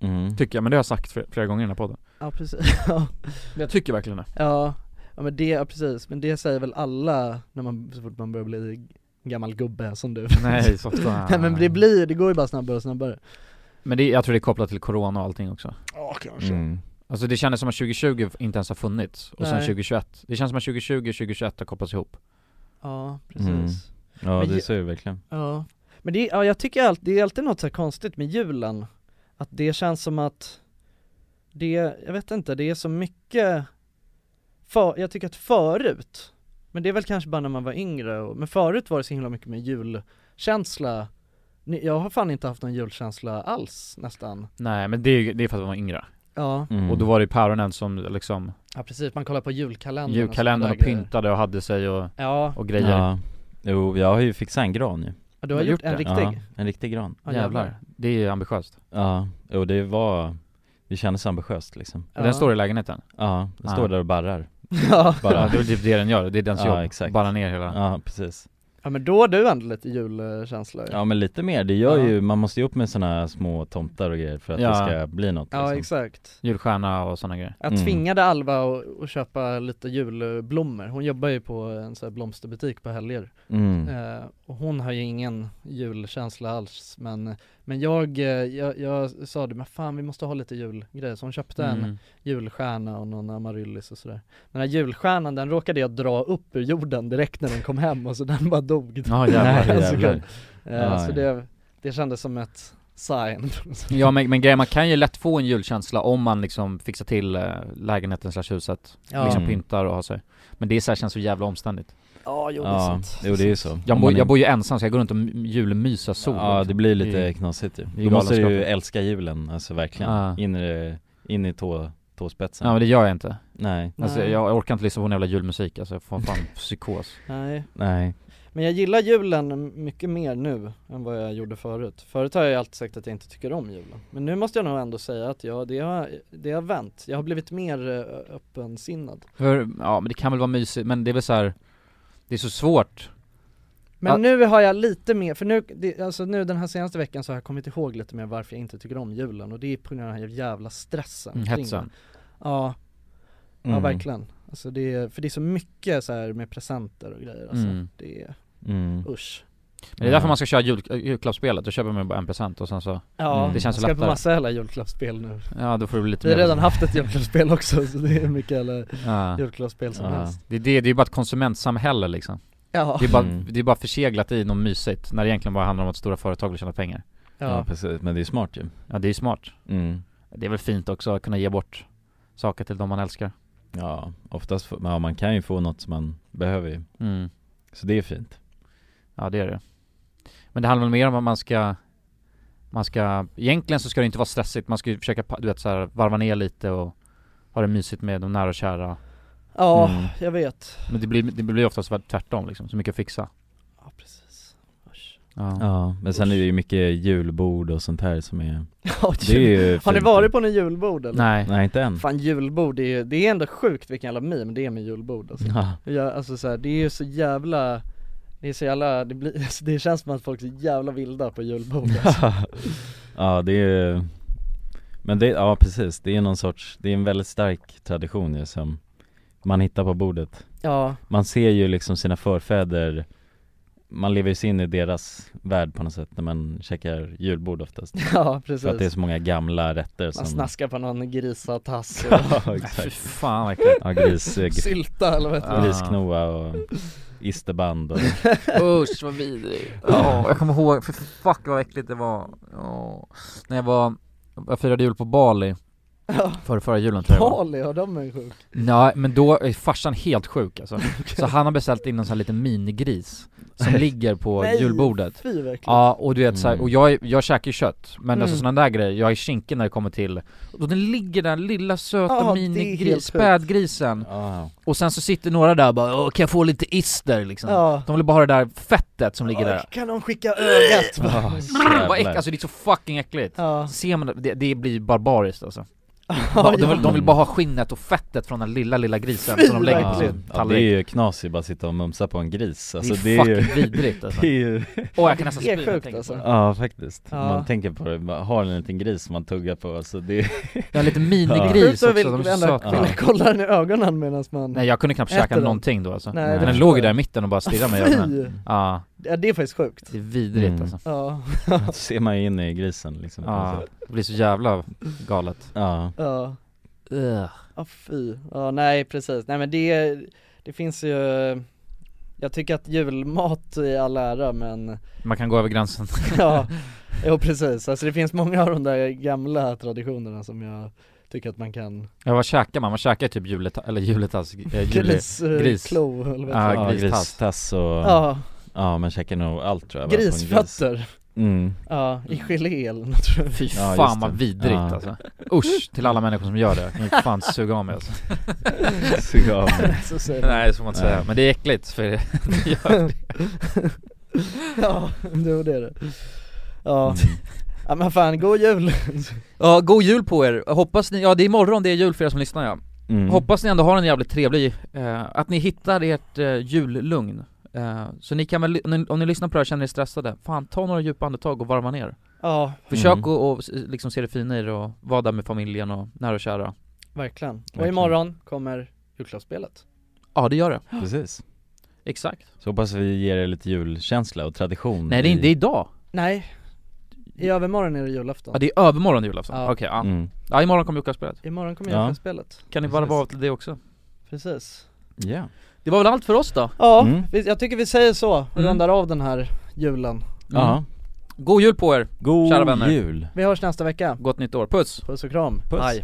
S4: Mm.
S5: Tycker jag, men det har jag sagt fl- flera gånger i den här podden
S3: Ja precis, <laughs> ja.
S5: Men jag tycker verkligen det
S3: ja, ja men det, ja, precis, men det säger väl alla när man, så fort man börjar bli gammal gubbe som du <laughs>
S5: Nej, så fan.
S3: Nej men det blir, det går ju bara snabbare och snabbare
S5: Men det, jag tror det är kopplat till corona och allting också
S3: Ja kanske
S4: Mm.
S5: Alltså det kändes som att 2020 inte ens har funnits, och sen
S3: Nej.
S5: 2021 Det känns som att 2020 och 2021 har kopplats ihop
S3: Ja precis
S4: Mm. Ja,
S3: Men
S4: det
S3: ju-
S4: ser ju verkligen
S3: Ja, men det, ja, jag tycker allt, det är alltid något så här konstigt med julen Att det känns som att det, jag vet inte, det är så mycket för, Jag tycker att förut, men det är väl kanske bara när man var yngre, och, men förut var det så himla mycket med julkänsla Ni- Jag har fan inte haft någon julkänsla alls nästan
S5: Nej men det är, ju- det är för att man var yngre
S3: Ja,
S4: Mm.
S5: Och då var det ju päronen som liksom
S3: ja precis, man kollar på julkalendern och
S5: julkalendern
S3: sådana
S5: och
S3: där grejer.
S5: pyntade och hade sig och,
S3: Ja.
S5: och grejer
S4: Ja. Jo, jag har ju fixat en gran ju
S3: Ja, du har gjort en riktig?
S4: Ja, en riktig gran
S3: Ja,
S5: Jävlar, det är ju ambitiöst
S4: Ja, och det var, det kändes ambitiöst liksom
S5: Den Ja. står i lägenheten?
S4: Ja, den
S5: Ja.
S4: står där och barrar
S3: <laughs> Ja.
S5: Ja, det är väl typ det den gör, det är dens jobb.
S4: Ja, exakt
S5: Barra ner hela
S4: Ja, precis
S3: Ja men då har du ändå lite julkänsla ju.
S4: Ja men lite mer, det gör
S3: Ja.
S4: ju, man måste ju upp med sådana små tomtar och grejer för att det
S5: Ja.
S4: ska bli något liksom.
S3: Ja exakt
S5: Julstjärna och sådana grejer
S3: Jag tvingade Alva att, att köpa lite julblommor, hon jobbar ju på en sån här blomsterbutik på helger
S4: Mm. <laughs>
S3: eh, Och hon har ju ingen julkänsla alls men, men jag, eh, jag, jag sa det, men fan vi måste ha lite julgrejer så hon köpte en
S5: Mm.
S3: julstjärna och någon amaryllis och sådär Den här julstjärnan den råkade jag dra upp ur jorden direkt när den kom hem och så den bara dog <laughs>
S5: Ja, jävlar.
S3: En
S5: Nej,
S3: sekund.
S5: jävlar.
S3: Eh,
S5: Ja,
S3: Så
S5: ja.
S3: det, det kändes som ett sign <laughs>
S5: Ja men, men grejen, man kan ju lätt få en julkänsla om man liksom fixar till eh, lägenheten slash huset
S3: Ja.
S5: Liksom
S3: Mm.
S5: pyntar och har sig Men det är så här, känns så jävla omständigt
S3: Ja, jo, det är
S4: Ja,
S3: sant.
S4: jo, det är ju så.
S5: Jag,
S4: Om
S5: bo,
S4: man är-
S5: jag bor ju ensam så jag går runt och m- julmysa sol liksom.
S4: Ja det blir lite knasigt ju, då måste du ju älska julen, alltså verkligen,
S5: Ja.
S4: in, i, det- in i tå, tåspetsen
S5: Ja men det gör jag inte
S4: Nej
S5: alltså,
S3: Nej.
S5: Jag orkar inte lyssna på någon jävla julmusik alltså, jag får
S4: <laughs>
S5: fan psykos
S3: Nej
S4: Nej
S3: Men jag gillar julen mycket mer nu än vad jag gjorde förut. Förut har jag ju alltid sagt att jag inte tycker om julen. Men nu måste jag nog ändå säga att jag, det, har, det har vänt. Jag har blivit mer eh, öppensinnad.
S5: För, ja men det kan väl vara mysigt, men det är väl så här. Det är så svårt
S3: Men
S5: Ja.
S3: nu har jag lite mer, för nu, det, alltså nu den här senaste veckan så har jag kommit ihåg lite mer varför jag inte tycker om julen och det är på grund av den här jävla stressen.
S5: Mm,
S3: kring
S5: hetsen.
S3: den. Ja, ja
S4: Mm.
S3: verkligen. Alltså det är, för det är så mycket så här med presenter och grejer alltså.
S5: Mm.
S3: Det är,
S4: Mm.
S3: usch.
S5: Men det är därför man ska köra jul, äh, julklappsspelet, då köper man bara en present och sen så
S3: Ja,
S5: Mm, Det känns så
S3: jag ska på
S5: lättare
S3: massa jävla julklappsspel nu.
S5: Ja då får det bli lite
S3: Vi har
S5: mer-
S3: redan haft ett julklappsspel också så det är mycket eller
S5: Ja.
S3: julklappsspel som
S5: Ja.
S3: helst
S5: Det, är det, det är bara ett konsumentsamhälle liksom
S3: Ja.
S5: det, är bara,
S3: Mm.
S5: det är bara förseglat i något mysigt, när det egentligen bara handlar om att stora företag vill tjäna pengar
S3: Ja. Ja,
S4: precis, men det är smart ju
S5: Ja det är smart
S4: Mm.
S5: Det är väl fint också att kunna ge bort saker till de man älskar
S4: Ja, oftast, får, ja, man kan ju få något som man behöver ju
S5: Mm.
S4: Så det är fint
S5: Ja det är det Men det handlar väl mer om att man ska Man ska, egentligen så ska det inte vara stressigt, man ska ju försöka pa- du vet, så här, varva ner lite och ha det mysigt med de nära och kära
S3: Ja,
S4: Mm.
S3: jag vet.
S5: Men det blir, det blir oftast väl tvärtom liksom, så mycket att fixa
S3: Ja precis
S5: Ja,
S4: men sen är det ju mycket julbord och sånt här som är
S3: Ja,
S4: Det är ju
S3: Har ni
S4: fint.
S3: varit på någon julbord eller?
S5: Nej
S4: Nej inte än
S3: Fan julbord är ju, det är ändå sjukt vilken jävla meme det är med julbord alltså.
S4: Ja.
S3: Ja, alltså så här, det är ju så jävla Det är så jävla, det, blir, <laughs> alltså, det känns som att folk är så jävla vilda på julbord alltså.
S4: <laughs> Ja det är ju Men det, ja precis, det är någon sorts, det är en väldigt stark tradition ju som man hittar på bordet
S3: <laughs> Ja.
S4: Man ser ju liksom sina förfäder Man lever ju sig in i deras värld på något sätt när man käkar julbord oftast
S3: Ja, precis.
S4: För att det är så många gamla rätter
S3: Man
S4: som
S3: snaskar på någon grisatass och
S4: <laughs> Ja exakt
S5: Fy fan, vad äckligt.
S4: Ja
S3: <laughs>
S4: gris, eh, gr-
S3: Sylta eller vad heter det?
S4: Grisknoa och isterband
S3: <laughs>
S4: och
S5: Usch vad vidrig Ja, jag kommer ihåg, för fuck vad äckligt det var Ja. När jag var, jag firade jul på Bali För, förra julen tror jag det var.
S3: Bali, ja de är sjuka.
S5: Nej men då är farsan helt
S3: <laughs>
S5: sjuk alltså. Så han har beställt in en sån här liten minigris Som ligger på
S3: Nej,
S5: julbordet
S3: fy, vad äckligt.
S5: Ja och du vet så här,
S3: Mm.
S5: och jag, är- jag käkar ju kött Men alltså
S3: Mm.
S5: sådana där grejer, jag är kinkig när det kommer till Och den ligger där, lilla söta
S3: Ja, det är helt
S5: minigris,
S3: sjukt.
S5: spädgrisen Och sen så sitter några där och bara "Åh, kan jag få lite ister liksom?
S3: Ja.
S5: De vill bara ha det där fettet som ligger där
S3: Kan de skicka ögat?
S5: Ja, Vad äck, alltså det är så fucking äckligt. Så Ser man det, det, det blir
S3: <laughs>
S5: barbariskt alltså. Bara- de, vill, de vill bara ha skinnet och fettet från den lilla, lilla grisen som de lägger på sin
S15: ja, det är
S5: tallrik.
S15: ju knasigt att bara sitta och mumsa på en gris alltså,
S5: Det är
S15: ju-
S5: fucking vidrigt,
S15: <laughs>
S5: alltså.
S15: det är ju...
S5: Åh, jag kan nästan spy
S3: Det
S5: när
S3: är
S5: jag
S3: sjukt,
S5: tänker på
S3: alltså.
S5: det.
S15: Ja faktiskt,
S3: Ja.
S15: man tänker på det, man har en liten gris man tuggar på alltså
S5: <laughs>
S15: det
S5: Ja, lite
S3: Sjukt
S5: minigris
S3: att
S5: också,
S3: vill-
S5: de är så
S3: ändå
S5: söta.
S3: vilja kolla den i ögonen medan man
S5: Nej jag kunde knappt
S3: äter
S5: käka
S3: den.
S5: någonting då alltså.
S3: Nej,
S5: Men
S3: det
S5: den
S3: förstår
S5: låg ju
S3: jag.
S5: där i mitten och bara stirrade mig i
S3: Fy!
S5: ögonen. Ja.
S3: <laughs> Ja det är faktiskt sjukt
S5: Det är vidrigt
S15: Mm.
S5: alltså.
S3: Ja,
S15: Då ser man ju in i grisen liksom
S5: Ja, det blir så jävla galet.
S15: Ja
S3: ja,
S5: Ugh.
S3: ja fy, ja nej precis, nej men det, det finns ju Jag tycker att julmat i all ära
S5: <laughs>
S3: men
S5: Man kan gå över gränsen. <laughs>
S3: Ja, jo precis, alltså det finns många av de där gamla traditionerna som jag tycker att man kan
S5: Ja vad käkar man? Man käkar typ juletass, eller juletass, eh, jule,
S3: Gris, eh,
S5: gris. Ah,
S3: klo, eller vad
S5: Ja,
S3: heter
S15: Ja,
S3: det?
S5: gristass.
S15: gristass och...
S3: Ja.
S15: ja man käkar nog allt tror jag bara på en gris.
S3: Grisfötter!
S5: <laughs>
S15: Mm.
S3: Ja, i gelé eller något tror jag
S5: Fy
S15: Ja, just
S5: fan vad
S15: det.
S5: vidrigt
S15: Ja.
S5: alltså. Usch till alla människor som gör det, ni får fan suga av mig alltså.
S15: Suga av mig.
S3: Så säger man.
S5: <laughs> Nej det får man inte säga,
S15: Nej.
S5: men det är äckligt för det gör det.
S3: <laughs> Ja, det var det det Ja,
S5: Mm.
S3: ja men fan, god jul!
S5: Ja, god jul på er! Hoppas ni, ja det är imorgon det är jul för er som lyssnar ja.
S15: Mm.
S5: Hoppas ni ändå har en jävligt trevlig, eh, att ni hittar ert eh, jullugn. Eh, så ni kan väl, om ni, om ni lyssnar på det här och känner er stressade, fan ta några djupa andetag och varva ner.
S3: Ja,
S5: Försök
S3: Mm.
S5: att och, liksom se det fina i det och vara där med familjen och nära och kära.
S3: verkligen. Och
S5: Verkligen.
S3: imorgon kommer julklappsspelet
S5: Ja det gör det.
S15: Precis
S5: Exakt
S15: Så hoppas vi ger er lite julkänsla och tradition
S5: Nej det är,
S15: i-
S5: det är idag!
S3: Nej, i övermorgon är det julafton
S5: Ja det är övermorgon julafton,
S3: Ja.
S5: okej ja.
S15: Mm.
S5: ja imorgon kommer Lukas-spelet
S3: Imorgon kommer julklappsspelet,
S5: Kan ni varva av till det också?
S3: precis
S15: Ja
S5: Det var väl allt för oss då?
S3: Ja, vi, jag tycker vi säger så och
S5: Mm.
S3: rundar av den här julen
S15: Ja.
S5: God jul på er,
S15: God
S5: kära vänner
S15: jul.
S3: Vi hörs nästa vecka,
S5: Gott nytt år, puss!
S3: puss och kram
S5: Puss.
S3: Hej.